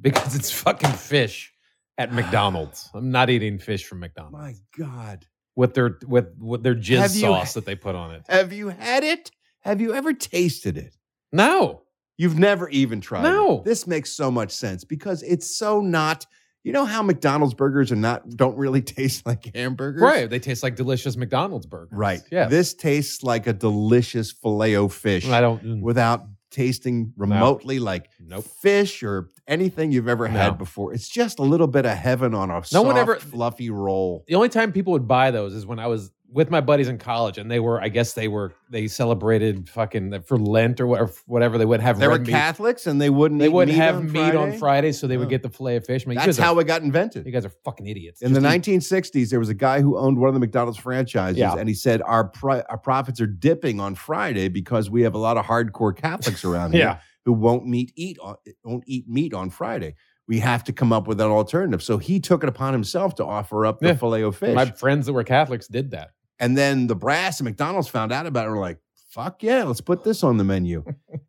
Speaker 3: because it's fucking fish
Speaker 2: (sighs)
Speaker 3: at McDonald's. I'm not eating fish from McDonald's
Speaker 2: My God.
Speaker 3: with their with with their jizz
Speaker 2: Have you-
Speaker 3: sauce that they put on it.
Speaker 2: Have you had it? Have you ever tasted it?
Speaker 3: No,
Speaker 2: You've never even tried
Speaker 3: No.
Speaker 2: it. This makes so much sense because it's so not. You know how McDonald's burgers are not don't really (laughs) taste like hamburgers?
Speaker 3: right? They taste like delicious McDonald's burgers.
Speaker 2: Right.
Speaker 3: Yeah.
Speaker 2: This tastes like a delicious filet o fish
Speaker 3: I don't. mm,
Speaker 2: without tasting remotely like
Speaker 3: Nope.
Speaker 2: fish or anything you've ever
Speaker 3: No.
Speaker 2: had before. It's just a little bit of heaven on a
Speaker 3: No one
Speaker 2: soft,
Speaker 3: ever-
Speaker 2: fluffy roll.
Speaker 3: The only time people would buy those is when I was with my buddies in college, and they were, I guess they were, they celebrated fucking for Lent or whatever. Whatever they would have.
Speaker 2: They
Speaker 3: red
Speaker 2: were
Speaker 3: meat.
Speaker 2: Catholics and they wouldn't.
Speaker 3: They
Speaker 2: eat
Speaker 3: wouldn't
Speaker 2: meat
Speaker 3: have
Speaker 2: on
Speaker 3: meat on Friday, so they would
Speaker 2: Oh.
Speaker 3: get the fillet of fish. I mean, you
Speaker 2: That's
Speaker 3: guys are-
Speaker 2: how it got invented.
Speaker 3: You guys are fucking idiots.
Speaker 2: In the
Speaker 3: Just eat
Speaker 2: 1960s, there was a guy who owned one of the McDonald's franchises,
Speaker 3: Yeah.
Speaker 2: and he said our pri- our profits are dipping on Friday because we have a lot of hardcore Catholics
Speaker 3: (laughs)
Speaker 2: around here
Speaker 3: Yeah.
Speaker 2: who won't meat eat on, won't eat meat on Friday. We have to come up with an alternative. So he took it upon himself to offer up the
Speaker 3: Yeah.
Speaker 2: filet o fish.
Speaker 3: My friends that were Catholics did that.
Speaker 2: And then the brass and McDonald's found out about it. and We're like, fuck yeah, let's put this on the menu.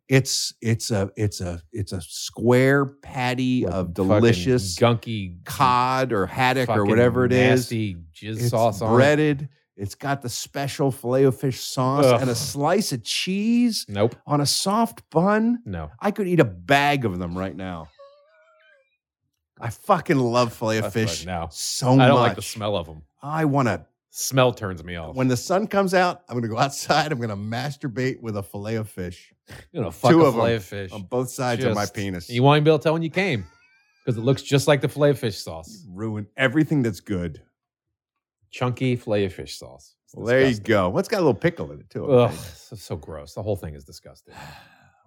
Speaker 2: it's it's a it's a it's a square patty of delicious
Speaker 3: gunky
Speaker 2: cod or haddock or
Speaker 3: fucking
Speaker 2: whatever it is.
Speaker 3: nasty jizz
Speaker 2: It's
Speaker 3: sauce on it.
Speaker 2: breaded. It's got the special filet o fish sauce
Speaker 3: Ugh.
Speaker 2: and a slice of cheese.
Speaker 3: Nope.
Speaker 2: On a soft bun.
Speaker 3: No.
Speaker 2: I could eat a bag of them right now. I fucking love filet o
Speaker 3: That's
Speaker 2: fish
Speaker 3: fine, no.
Speaker 2: so
Speaker 3: I
Speaker 2: much.
Speaker 3: don't like the smell of them.
Speaker 2: I want to
Speaker 3: Smell turns me off.
Speaker 2: when the sun comes out, I'm gonna go outside. I'm gonna masturbate with a fillet of fish.
Speaker 3: You know, fuck
Speaker 2: Two
Speaker 3: a
Speaker 2: of 'em
Speaker 3: fillet of fish
Speaker 2: on both sides of my
Speaker 3: Just-
Speaker 2: penis.
Speaker 3: You won't even be able to tell when you came because it looks just like the filet of fish sauce.
Speaker 2: ruin everything that's good.
Speaker 3: Chunky filet of fish sauce. It's
Speaker 2: Well, there you
Speaker 3: disgusting.
Speaker 2: go. What's got a little pickle in it too?
Speaker 3: Ugh,
Speaker 2: okay.
Speaker 3: so, so gross. The whole thing is disgusting.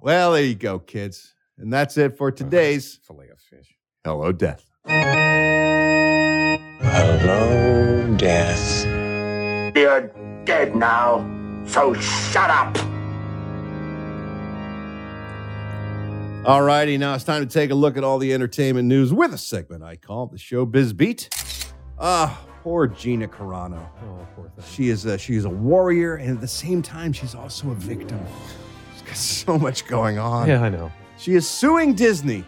Speaker 2: Well, there you go, kids. And that's it for today's
Speaker 3: filet of fish.
Speaker 2: Hello, death.
Speaker 11: Hello, death.
Speaker 23: You're dead now, so shut up.
Speaker 2: All righty, now it's time to take a look at all the entertainment news with a segment I call the Showbiz Beat. Ah, poor Gina Carano.
Speaker 3: Oh, poor thing.
Speaker 2: She is a, she is a warrior, and at the same time, she's also a victim. She's got so much going on.
Speaker 3: Yeah, I know.
Speaker 2: She is suing Disney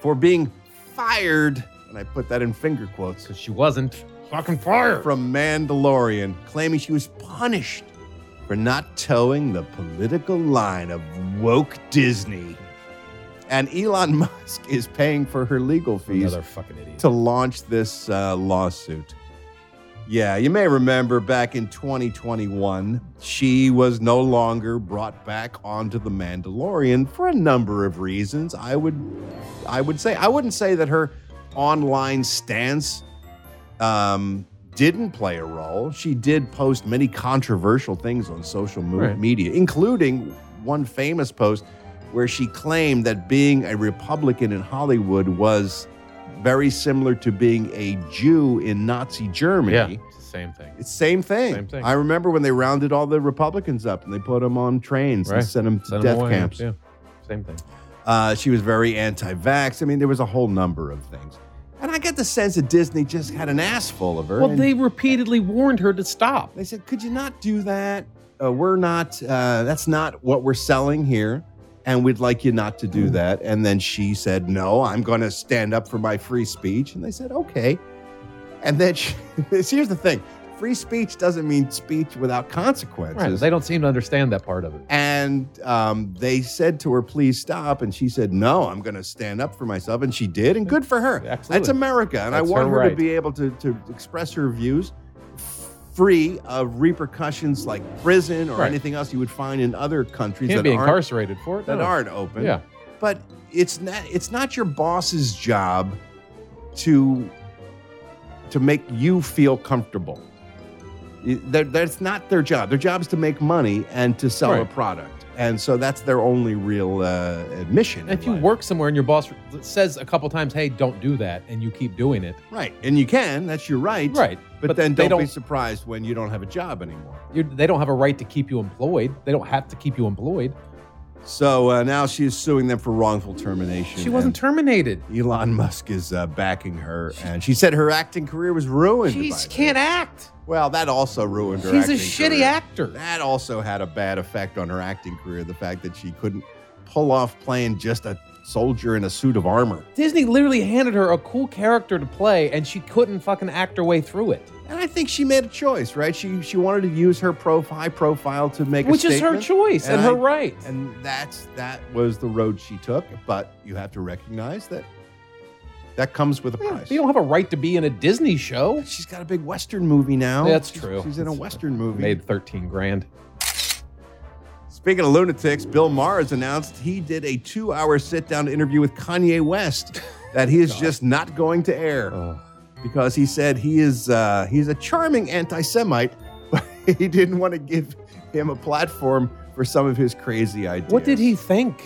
Speaker 2: for being fired, and I put that in finger quotes because
Speaker 3: she wasn't fucking fired
Speaker 2: from Mandalorian, claiming she was punished for not towing the political line of woke Disney. And Elon (laughs) Musk is paying for her legal fees
Speaker 3: Another fucking idiot.
Speaker 2: to launch this uh, lawsuit. Yeah, you may remember back in 2021, she was no longer brought back onto the Mandalorian for a number of reasons. I would I would say I wouldn't say that her online stance um, didn't play a role. She did post many controversial things on social mo-
Speaker 3: Right.
Speaker 2: media, including one famous post where she claimed that being a Republican in Hollywood was very similar to being a Jew in Nazi Germany.
Speaker 3: Yeah, it's the same thing.
Speaker 2: It's same thing.
Speaker 3: Same thing.
Speaker 2: I remember when they rounded all the Republicans up and they put them on trains
Speaker 3: Right.
Speaker 2: and sent them to
Speaker 3: Send 'em
Speaker 2: death
Speaker 3: away.
Speaker 2: camps.
Speaker 3: Yeah, same thing.
Speaker 2: Uh, she was very anti-vax. I mean, there was a whole number of things, and I get the sense that Disney just had an ass full of her.
Speaker 3: Well,
Speaker 2: and
Speaker 3: they repeatedly warned her to stop.
Speaker 2: they said, "Could you not do that? Uh, we're not. Uh, that's not what we're selling here, and we'd like you not to
Speaker 3: Hmm.
Speaker 2: do that." And then she said, "No, I'm going to stand up for my free speech." And they said, "Okay." And then she, (laughs) here's the thing: free speech doesn't mean speech without consequences.
Speaker 3: Right. They don't seem to understand that part of it.
Speaker 2: And um, they said to her, please stop. And she said, no, I'm going to stand up for myself. And she did. And good for her. That's America. And
Speaker 3: That's
Speaker 2: I want
Speaker 3: her
Speaker 2: her, to
Speaker 3: right.
Speaker 2: be able to, to express her views free of repercussions like prison or
Speaker 3: Right.
Speaker 2: anything else you would find in other countries
Speaker 3: Can't
Speaker 2: that
Speaker 3: be
Speaker 2: aren't
Speaker 3: incarcerated for it.
Speaker 2: that
Speaker 3: no.
Speaker 2: aren't open.
Speaker 3: Yeah.
Speaker 2: But it's not it's not your boss's job to to make you feel comfortable. Y- that- that's not their job. Their job is to make money and to sell a
Speaker 3: Right.
Speaker 2: product. And so that's their only real uh, mission. in
Speaker 3: If you
Speaker 2: life.
Speaker 3: work somewhere and your boss says a couple times, "Hey, don't do that," and you keep doing it,
Speaker 2: right, and you can, that's your right.
Speaker 3: Right.
Speaker 2: But,
Speaker 3: But
Speaker 2: then
Speaker 3: they
Speaker 2: don't, be
Speaker 3: don't-
Speaker 2: surprised when you don't have a job anymore.
Speaker 3: you they don't have a right to keep you employed. They don't have to keep you employed.
Speaker 2: So uh, now she is suing them for wrongful termination.
Speaker 3: She wasn't terminated.
Speaker 2: and Elon Musk is uh, backing her, and she said her acting career was ruined.
Speaker 3: She
Speaker 2: by
Speaker 3: can't act.
Speaker 2: Well, that also ruined her.
Speaker 3: She's a
Speaker 2: acting
Speaker 3: shitty
Speaker 2: career.
Speaker 3: actor.
Speaker 2: That also had a bad effect on her acting career. The fact that she couldn't pull off playing just a soldier in a suit of armor.
Speaker 3: Disney literally handed her a cool character to play, and she couldn't fucking act her way through it,
Speaker 2: And I think she made a choice, right? She she wanted to use her profi- high profile to make
Speaker 3: which
Speaker 2: a
Speaker 3: is her
Speaker 2: statement,
Speaker 3: choice and, her
Speaker 2: I-
Speaker 3: right.
Speaker 2: And that's that was the road she took. But you have to recognize that that comes with a price.
Speaker 3: You don't have a right to be in a Disney show.
Speaker 2: She's got a big Western movie now.
Speaker 3: That's
Speaker 2: She's-
Speaker 3: true.
Speaker 2: She's in a
Speaker 3: That's-
Speaker 2: Western movie.
Speaker 3: Made thirteen grand.
Speaker 2: Speaking of lunatics, Bill Maher has announced he did a two hour sit down interview with Kanye
Speaker 3: (laughs)
Speaker 2: West that he is just not going
Speaker 3: Oh.
Speaker 2: to air because he said he is uh, he's a charming anti Semite, (laughs) but
Speaker 18: he didn't want to give him a platform for some of his crazy ideas.
Speaker 3: What did he think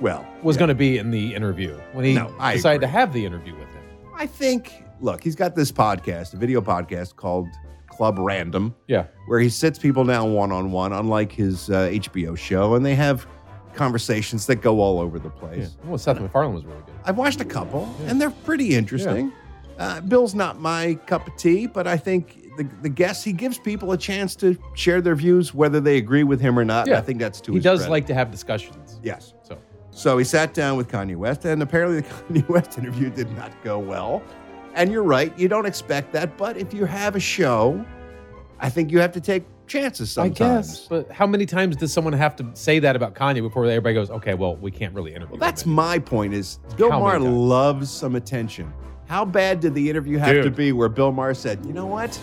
Speaker 18: Well,
Speaker 3: was going to be in the interview when he
Speaker 18: No, I
Speaker 3: decided to have the interview with him?
Speaker 18: I think, look, he's got this podcast, a video podcast called Club Random.
Speaker 3: Yeah.
Speaker 18: Where he sits people down one on one, unlike his uh, HBO show, and they have conversations that go all over the place.
Speaker 3: Well, Seth MacFarlane was really good.
Speaker 18: I've watched a couple, and they're pretty interesting. Uh, Bill's not my cup of tea, but I think the, the guests, he gives people a chance to share their views, whether they agree with him or not. and I think that's too
Speaker 3: He does like to have discussions.
Speaker 18: Yes.
Speaker 3: So.
Speaker 18: So he sat down with Kanye West, and apparently the (laughs) Kanye West interview did not go well. And you're right, you don't expect that, but if you have a show, I think you have to take chances sometimes.
Speaker 3: I guess, but how many times does someone have to say that about Kanye before everybody goes, "Okay, well, we can't really interview"?
Speaker 18: Well, that's my point. Is Bill
Speaker 3: How
Speaker 18: Maher
Speaker 3: many times?
Speaker 18: loves some attention? How bad did the interview have to
Speaker 3: Dude.
Speaker 18: be where Bill Maher said, "You know what?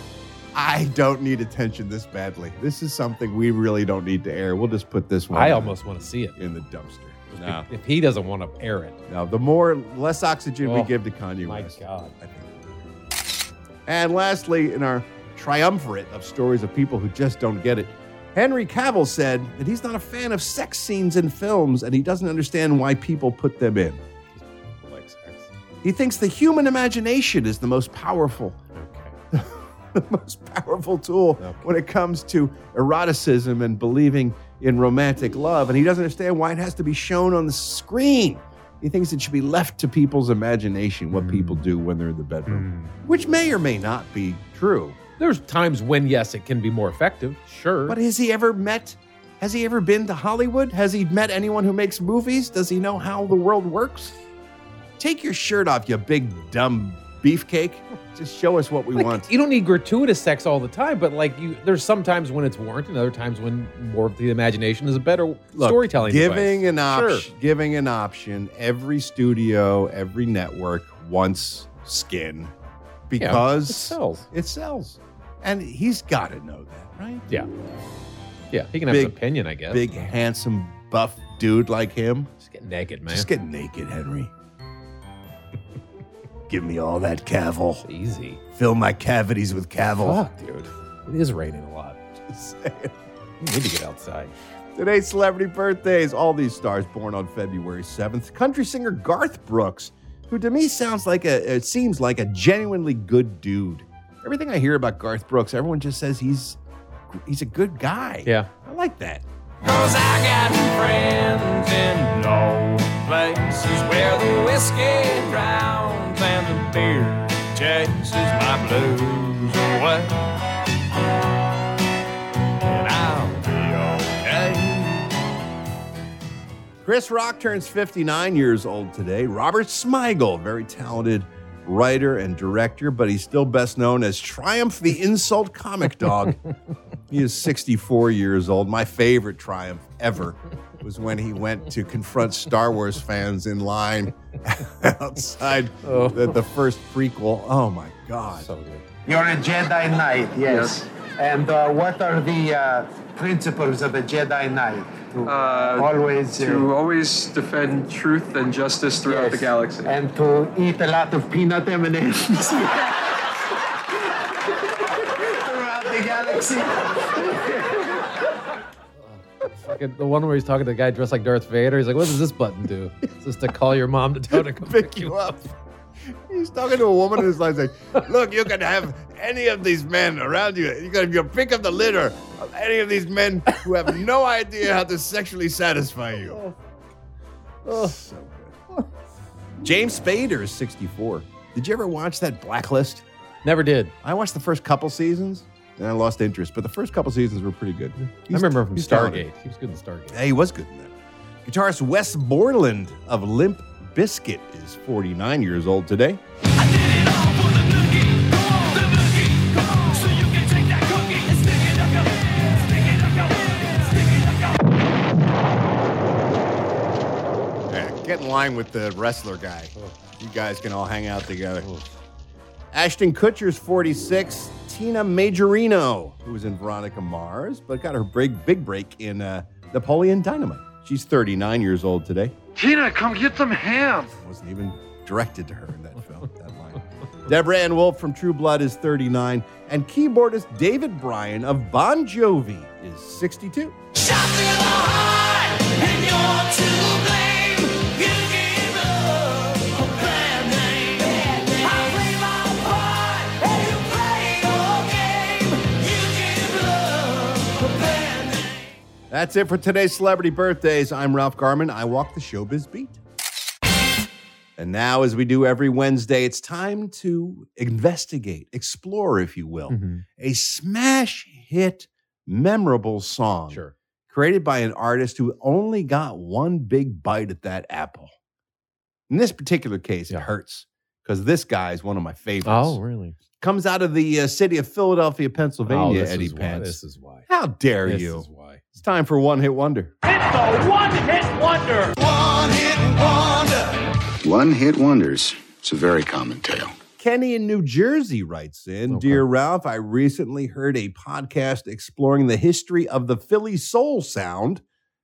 Speaker 18: I don't need attention this badly. This is something we really don't need to air. We'll just put this one."
Speaker 3: I
Speaker 18: in."
Speaker 3: almost want to see it
Speaker 18: in the dumpster.
Speaker 3: No. If he doesn't want to air it,
Speaker 18: Now, the more less oxygen we
Speaker 3: Oh,
Speaker 18: give to Kanye
Speaker 3: my
Speaker 18: West,
Speaker 3: God.
Speaker 18: I think. And lastly, in our triumvirate of stories of people who just don't get it, Henry Cavill said that he's not a fan of sex scenes in films and he doesn't understand why people put them in. He thinks the human imagination is the most powerful. (laughs) the most powerful tool when it comes to eroticism and believing in romantic love. And he doesn't understand why it has to be shown on the screen. He thinks it should be left to people's imagination what people do when they're in the bedroom, which may or may not be true.
Speaker 3: there's times when yes, it can be more effective. Sure,
Speaker 18: But has he ever met? Has he ever been to Hollywood? Has he met anyone who makes movies? Does he know how the world works? Take your shirt off, you big dumb beefcake. Just show us what we
Speaker 3: Like,
Speaker 18: want.
Speaker 3: You don't need gratuitous sex all the time, but like you, there's sometimes when it's warranted, and other times when more of the imagination is a better
Speaker 18: Look,
Speaker 3: storytelling.
Speaker 18: Giving
Speaker 3: device.
Speaker 18: an option, giving an option. Every studio, every network wants skin because
Speaker 3: it sells.
Speaker 18: It sells, and he's got to know that, right?
Speaker 3: Yeah, yeah. He can have
Speaker 18: Big-
Speaker 3: his opinion, I guess.
Speaker 18: Big, handsome, buff dude like him.
Speaker 3: Just get naked, man.
Speaker 18: Just get naked, Henry. Give me all that cavil.
Speaker 3: easy.
Speaker 18: Fill my cavities with cavil.
Speaker 3: Fuck, dude. It is raining a lot. (laughs) We need to get outside.
Speaker 18: Today's celebrity birthdays, all these stars born on February 7th. Country singer Garth Brooks, who to me sounds like a, it seems like a genuinely good dude. Everything I hear about Garth Brooks, everyone just says he's he's a good guy.
Speaker 3: Yeah.
Speaker 18: I like that.
Speaker 17: Cause I got friends in low places where the whiskey drowns and the beer chases my blues away. And I'll be okay.
Speaker 18: Chris Rock turns 59 years old today. Robert Smigel, very talented writer and director, but he's still best known as Triumph the Insult Comic Dog. he is 64 years old. My favorite Triumph ever was when he went to confront Star Wars fans in line (laughs) outside the, the first prequel. Oh my God.
Speaker 3: So good.
Speaker 13: You're a Jedi Knight, yes. And uh, what are the uh, principles of a Jedi Knight? To always uh,
Speaker 24: to always defend truth and justice throughout the galaxy.
Speaker 13: and to eat a lot of peanut M&Ms throughout the galaxy.
Speaker 3: Fucking- the one where he's talking to the guy dressed like Darth Vader. He's like, "What does this button do? Is this to call
Speaker 18: (laughs)
Speaker 3: your mom to tell her to come pick you
Speaker 18: up?" (laughs) He's talking to a woman who's like, saying, "Look, you can have any of these men around you. You can you pick up the litter of any of these men who have no idea how to sexually satisfy
Speaker 3: (laughs)
Speaker 18: you." So good. James Spader is 64. Did you ever watch that Blacklist?
Speaker 3: Never did.
Speaker 18: I watched the first couple seasons, and I lost interest. But the first couple seasons were pretty good.
Speaker 3: I remember him from
Speaker 18: he's
Speaker 3: Stargate.
Speaker 18: talented.
Speaker 3: He was good in Stargate.
Speaker 18: Yeah, he was good in that. Guitarist Wes Borland of Limp Biscuit is 49 years old today. Yeah, Get in line with the wrestler guy.
Speaker 3: Oh.
Speaker 18: You guys can all hang out together. Ashton Kutcher's 46. Tina Majorino, who was in Veronica Mars, but got her big, big break in uh, Napoleon Dynamite. She's 39 years old today.
Speaker 25: Tina, come get some ham.
Speaker 18: Wasn't even directed to her in that film, that line. (laughs) Deborah Ann Wolf from True Blood is 39, and keyboardist David Bryan of Bon Jovi is 62. That's it for today's celebrity birthdays. I'm Ralph Garman. I walk the showbiz beat. And now, as we do every Wednesday, it's time to investigate, explore, if you will,
Speaker 3: Mm-hmm.
Speaker 18: a smash hit, memorable song
Speaker 3: Sure.
Speaker 18: created by an artist who only got one big bite at that apple. In this particular case, it hurts because this guy is one of my favorites.
Speaker 3: Oh, really?
Speaker 18: Comes out of the uh, city of Philadelphia, Pennsylvania,
Speaker 3: Oh, this
Speaker 18: Eddie
Speaker 3: is why-
Speaker 18: Pants.
Speaker 3: this is why.
Speaker 18: How dare
Speaker 3: This
Speaker 18: you?
Speaker 3: is
Speaker 18: It's time for One Hit Wonder.
Speaker 14: The one hit wonder. One hit wonder.
Speaker 26: One hit wonders. It's a very common tale.
Speaker 18: Kenny in New Jersey writes in Dear Ralph, I recently heard a podcast exploring the history of the Philly soul sound,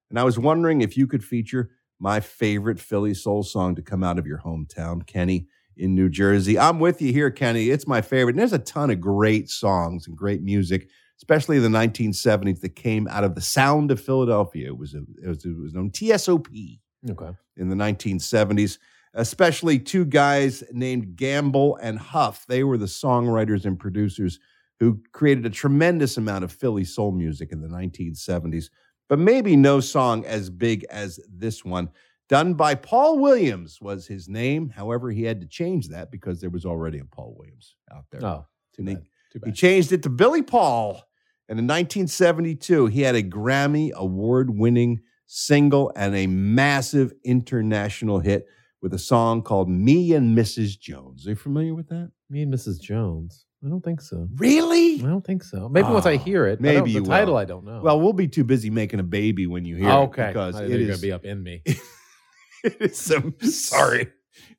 Speaker 18: and I was wondering if you could feature my favorite Philly soul song to come out of your hometown, Kenny in New Jersey. I'm with you here, Kenny. It's my favorite. And there's a ton of great songs and great music, especially the 1970s that came out of the sound of Philadelphia. It was, a, it was, it was known TSOP
Speaker 3: Okay.
Speaker 18: in the 1970s, especially two guys named Gamble and Huff. They were the songwriters and producers who created a tremendous amount of Philly soul music in the 1970s, but maybe no song as big as this one. Done by Paul Williams was his name. However, he had to change that because there was already a Paul Williams out there.
Speaker 3: Oh,
Speaker 18: too bad. He changed it to Billy Paul. And in 1972, he had a Grammy award winning single and a massive international hit with a song called Me and Mrs. Jones. Are you familiar with that?
Speaker 3: Me and Mrs. Jones. I don't think so.
Speaker 18: Really?
Speaker 3: I don't think so. Maybe once I
Speaker 18: Oh,
Speaker 3: hear it.
Speaker 18: Maybe
Speaker 3: Maybe
Speaker 18: you
Speaker 3: the title.
Speaker 18: will.
Speaker 3: I don't know.
Speaker 18: Well, we'll be too busy making a baby when you hear it.
Speaker 3: okay.
Speaker 18: Because
Speaker 3: I
Speaker 18: it
Speaker 3: think you're
Speaker 18: is,
Speaker 3: gonna be up in me.
Speaker 18: (laughs) it is some sorry.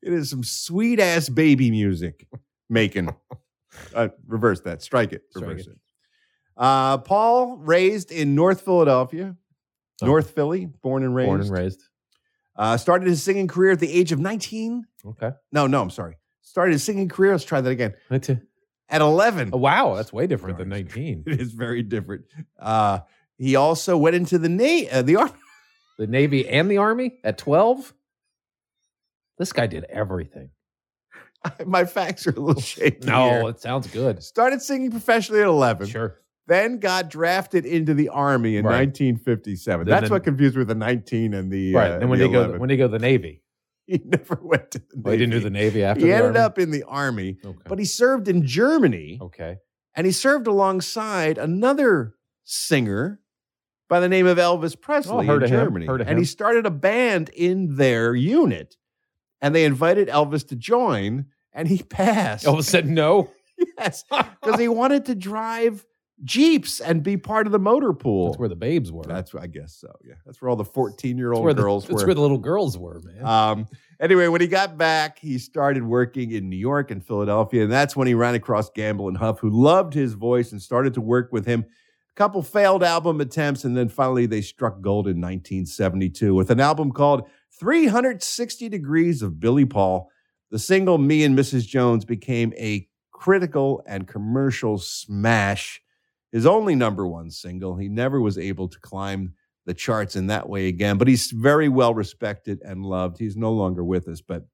Speaker 18: It is some sweet ass baby music
Speaker 3: (laughs)
Speaker 18: making. Uh, reverse that. Strike it.
Speaker 3: Strike
Speaker 18: Reverse it. Uh, Paul raised in North Philadelphia,
Speaker 3: Oh.
Speaker 18: North Philly, born and raised.
Speaker 3: Born and raised.
Speaker 18: Uh, started his singing career at the age of 19.
Speaker 3: Okay.
Speaker 18: No, no, I'm sorry. Started his singing career. Let's try that again.
Speaker 3: That's it.
Speaker 18: At 11.
Speaker 3: Oh, wow, that's way different than 19.
Speaker 18: (laughs) It is very different. Uh, he also went into the na- uh, the (laughs) army.
Speaker 3: The Navy and the Army at 12? This guy did everything.
Speaker 18: My facts are a little shaky.
Speaker 3: No,
Speaker 18: here.
Speaker 3: it sounds good.
Speaker 18: Started singing professionally at 11.
Speaker 3: Sure.
Speaker 18: Then got drafted into the army in
Speaker 3: Right.
Speaker 18: 1957.
Speaker 3: Then-
Speaker 18: That's
Speaker 3: then-
Speaker 18: what confused with the 19 and the
Speaker 3: right.
Speaker 18: Uh,
Speaker 3: And when
Speaker 18: the
Speaker 3: they go
Speaker 18: 11.
Speaker 3: when they go to the Navy.
Speaker 18: (laughs) he never went to the
Speaker 3: Well, he didn't do the Navy after
Speaker 18: He
Speaker 3: the
Speaker 18: ended
Speaker 3: Army?
Speaker 18: up in the army,
Speaker 3: Okay. Oh.
Speaker 18: but he served in Germany.
Speaker 3: Okay.
Speaker 18: And he served alongside another singer by the name of Elvis Presley
Speaker 3: Oh, heard
Speaker 18: in
Speaker 3: of him,
Speaker 18: Germany.
Speaker 3: heard of
Speaker 18: and he
Speaker 3: him.
Speaker 18: started a band in their unit. And they invited Elvis to join, and he (laughs) passed.
Speaker 3: Elvis said no.
Speaker 18: yes, because he wanted to drive Jeeps and be part of the motor pool.
Speaker 3: That's where the babes were. That's
Speaker 18: That's I guess so. Yeah, that's where all the fourteen-year-old
Speaker 3: where the,
Speaker 18: girls
Speaker 3: that's
Speaker 18: were.
Speaker 3: where the little girls were, man.
Speaker 18: Um, anyway, when he got back, he started working in New York and Philadelphia, and that's when he ran across Gamble and Huff, who loved his voice and started to work with him. A couple failed album attempts, and then finally they struck gold in 1972 with an album called 360 Degrees of Billy Paul. The single Me and Mrs. Jones became a critical and commercial smash. His only number one single. He never was able to climb the charts in that way again. But he's very well respected and loved. He's no longer with us, but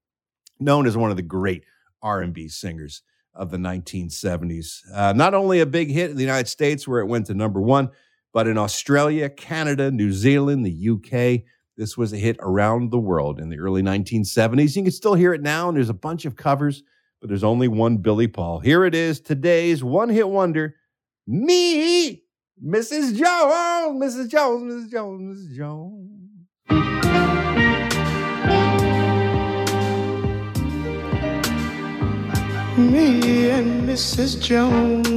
Speaker 18: known as one of the great R&B singers of the 1970s. Uh, not only a big hit in the United States where it went to number one, but in Australia, Canada, New Zealand, the UK, this was a hit around the world in the early 1970s. You can still hear it now, and there's a bunch of covers, but there's only one Billy Paul. Here it is, today's one hit wonder, Me, Mrs. Jones, Mrs. Jones, Mrs. Jones, Mrs. Jones.
Speaker 14: Me and Mrs. Jones.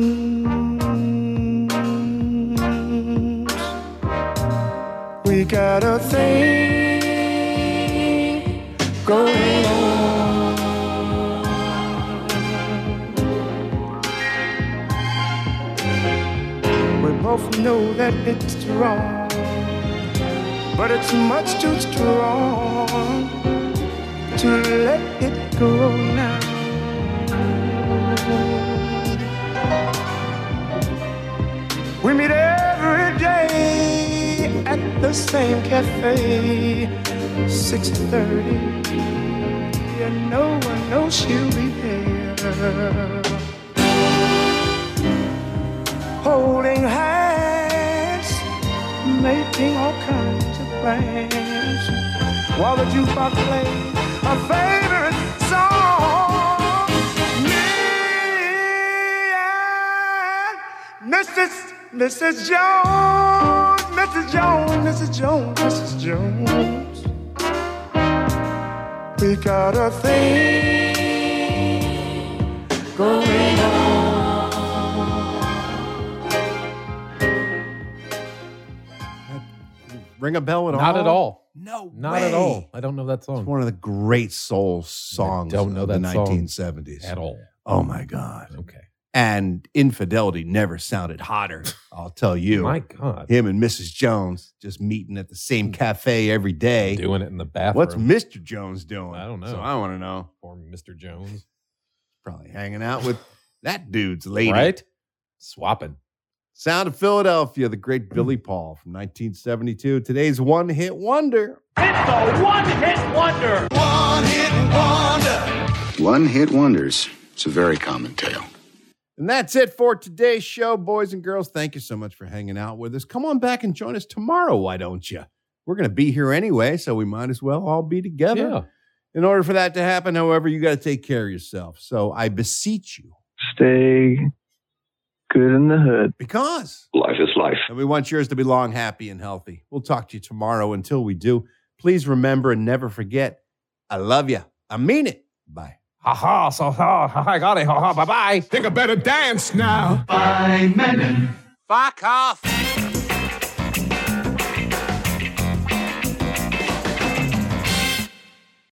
Speaker 14: We got a thing going on. We both know that it's wrong, but it's much too strong to let it go now. We meet every day at the same cafe, 6:30. Yeah, no one knows she'll be there. Holding hands, making all kinds of plans. While the jukebox plays my favorite song, me and Mrs. Mrs. Jones, Mrs. Jones, Mrs. Jones, Mrs. Jones. We got a thing going
Speaker 2: Ring a bell at all?
Speaker 3: Not at all.
Speaker 2: No,
Speaker 3: not
Speaker 2: way.
Speaker 3: at all. I don't know that song.
Speaker 2: It's one of the great soul songs
Speaker 3: don't know
Speaker 2: of
Speaker 3: that
Speaker 2: the
Speaker 3: song
Speaker 2: 1970s.
Speaker 3: at all.
Speaker 2: Oh my God.
Speaker 3: Okay.
Speaker 2: And infidelity never sounded
Speaker 3: (laughs)
Speaker 2: hotter, I'll tell you.
Speaker 3: My God.
Speaker 2: Him and Mrs. Jones just meeting at the
Speaker 3: Hmm.
Speaker 2: same cafe every day.
Speaker 3: Doing it in the bathroom.
Speaker 2: What's Mr. Jones doing?
Speaker 3: I don't know.
Speaker 2: So I want to know.
Speaker 3: Or Mr. Jones.
Speaker 2: Probably hanging out with that dude's lady.
Speaker 3: Right? Swapping.
Speaker 2: Sound of Philadelphia, the great Billy Paul from 1972. Today's one hit wonder.
Speaker 14: It's a one-hit wonder. One-hit wonder.
Speaker 27: One hit wonders, it's a very common tale.
Speaker 2: And that's it for today's show, boys and girls. Thank you so much for hanging out with us. Come on back and join us tomorrow, why don't you? We're going to be here anyway, so we might as well all be together.
Speaker 28: Yeah.
Speaker 2: In order for that to happen, however, you got to take care of yourself. So I beseech you.
Speaker 28: Stay good in the hood.
Speaker 2: Because
Speaker 28: Life is life.
Speaker 2: And we want yours to be long, happy, and healthy. We'll talk to you tomorrow. Until we do, please remember and never forget I love you. I mean it. Bye.
Speaker 14: Ha ha, so ha, ha, I got it, ha ha, bye bye. Think I better dance now. Bye, Megan. Fuck off.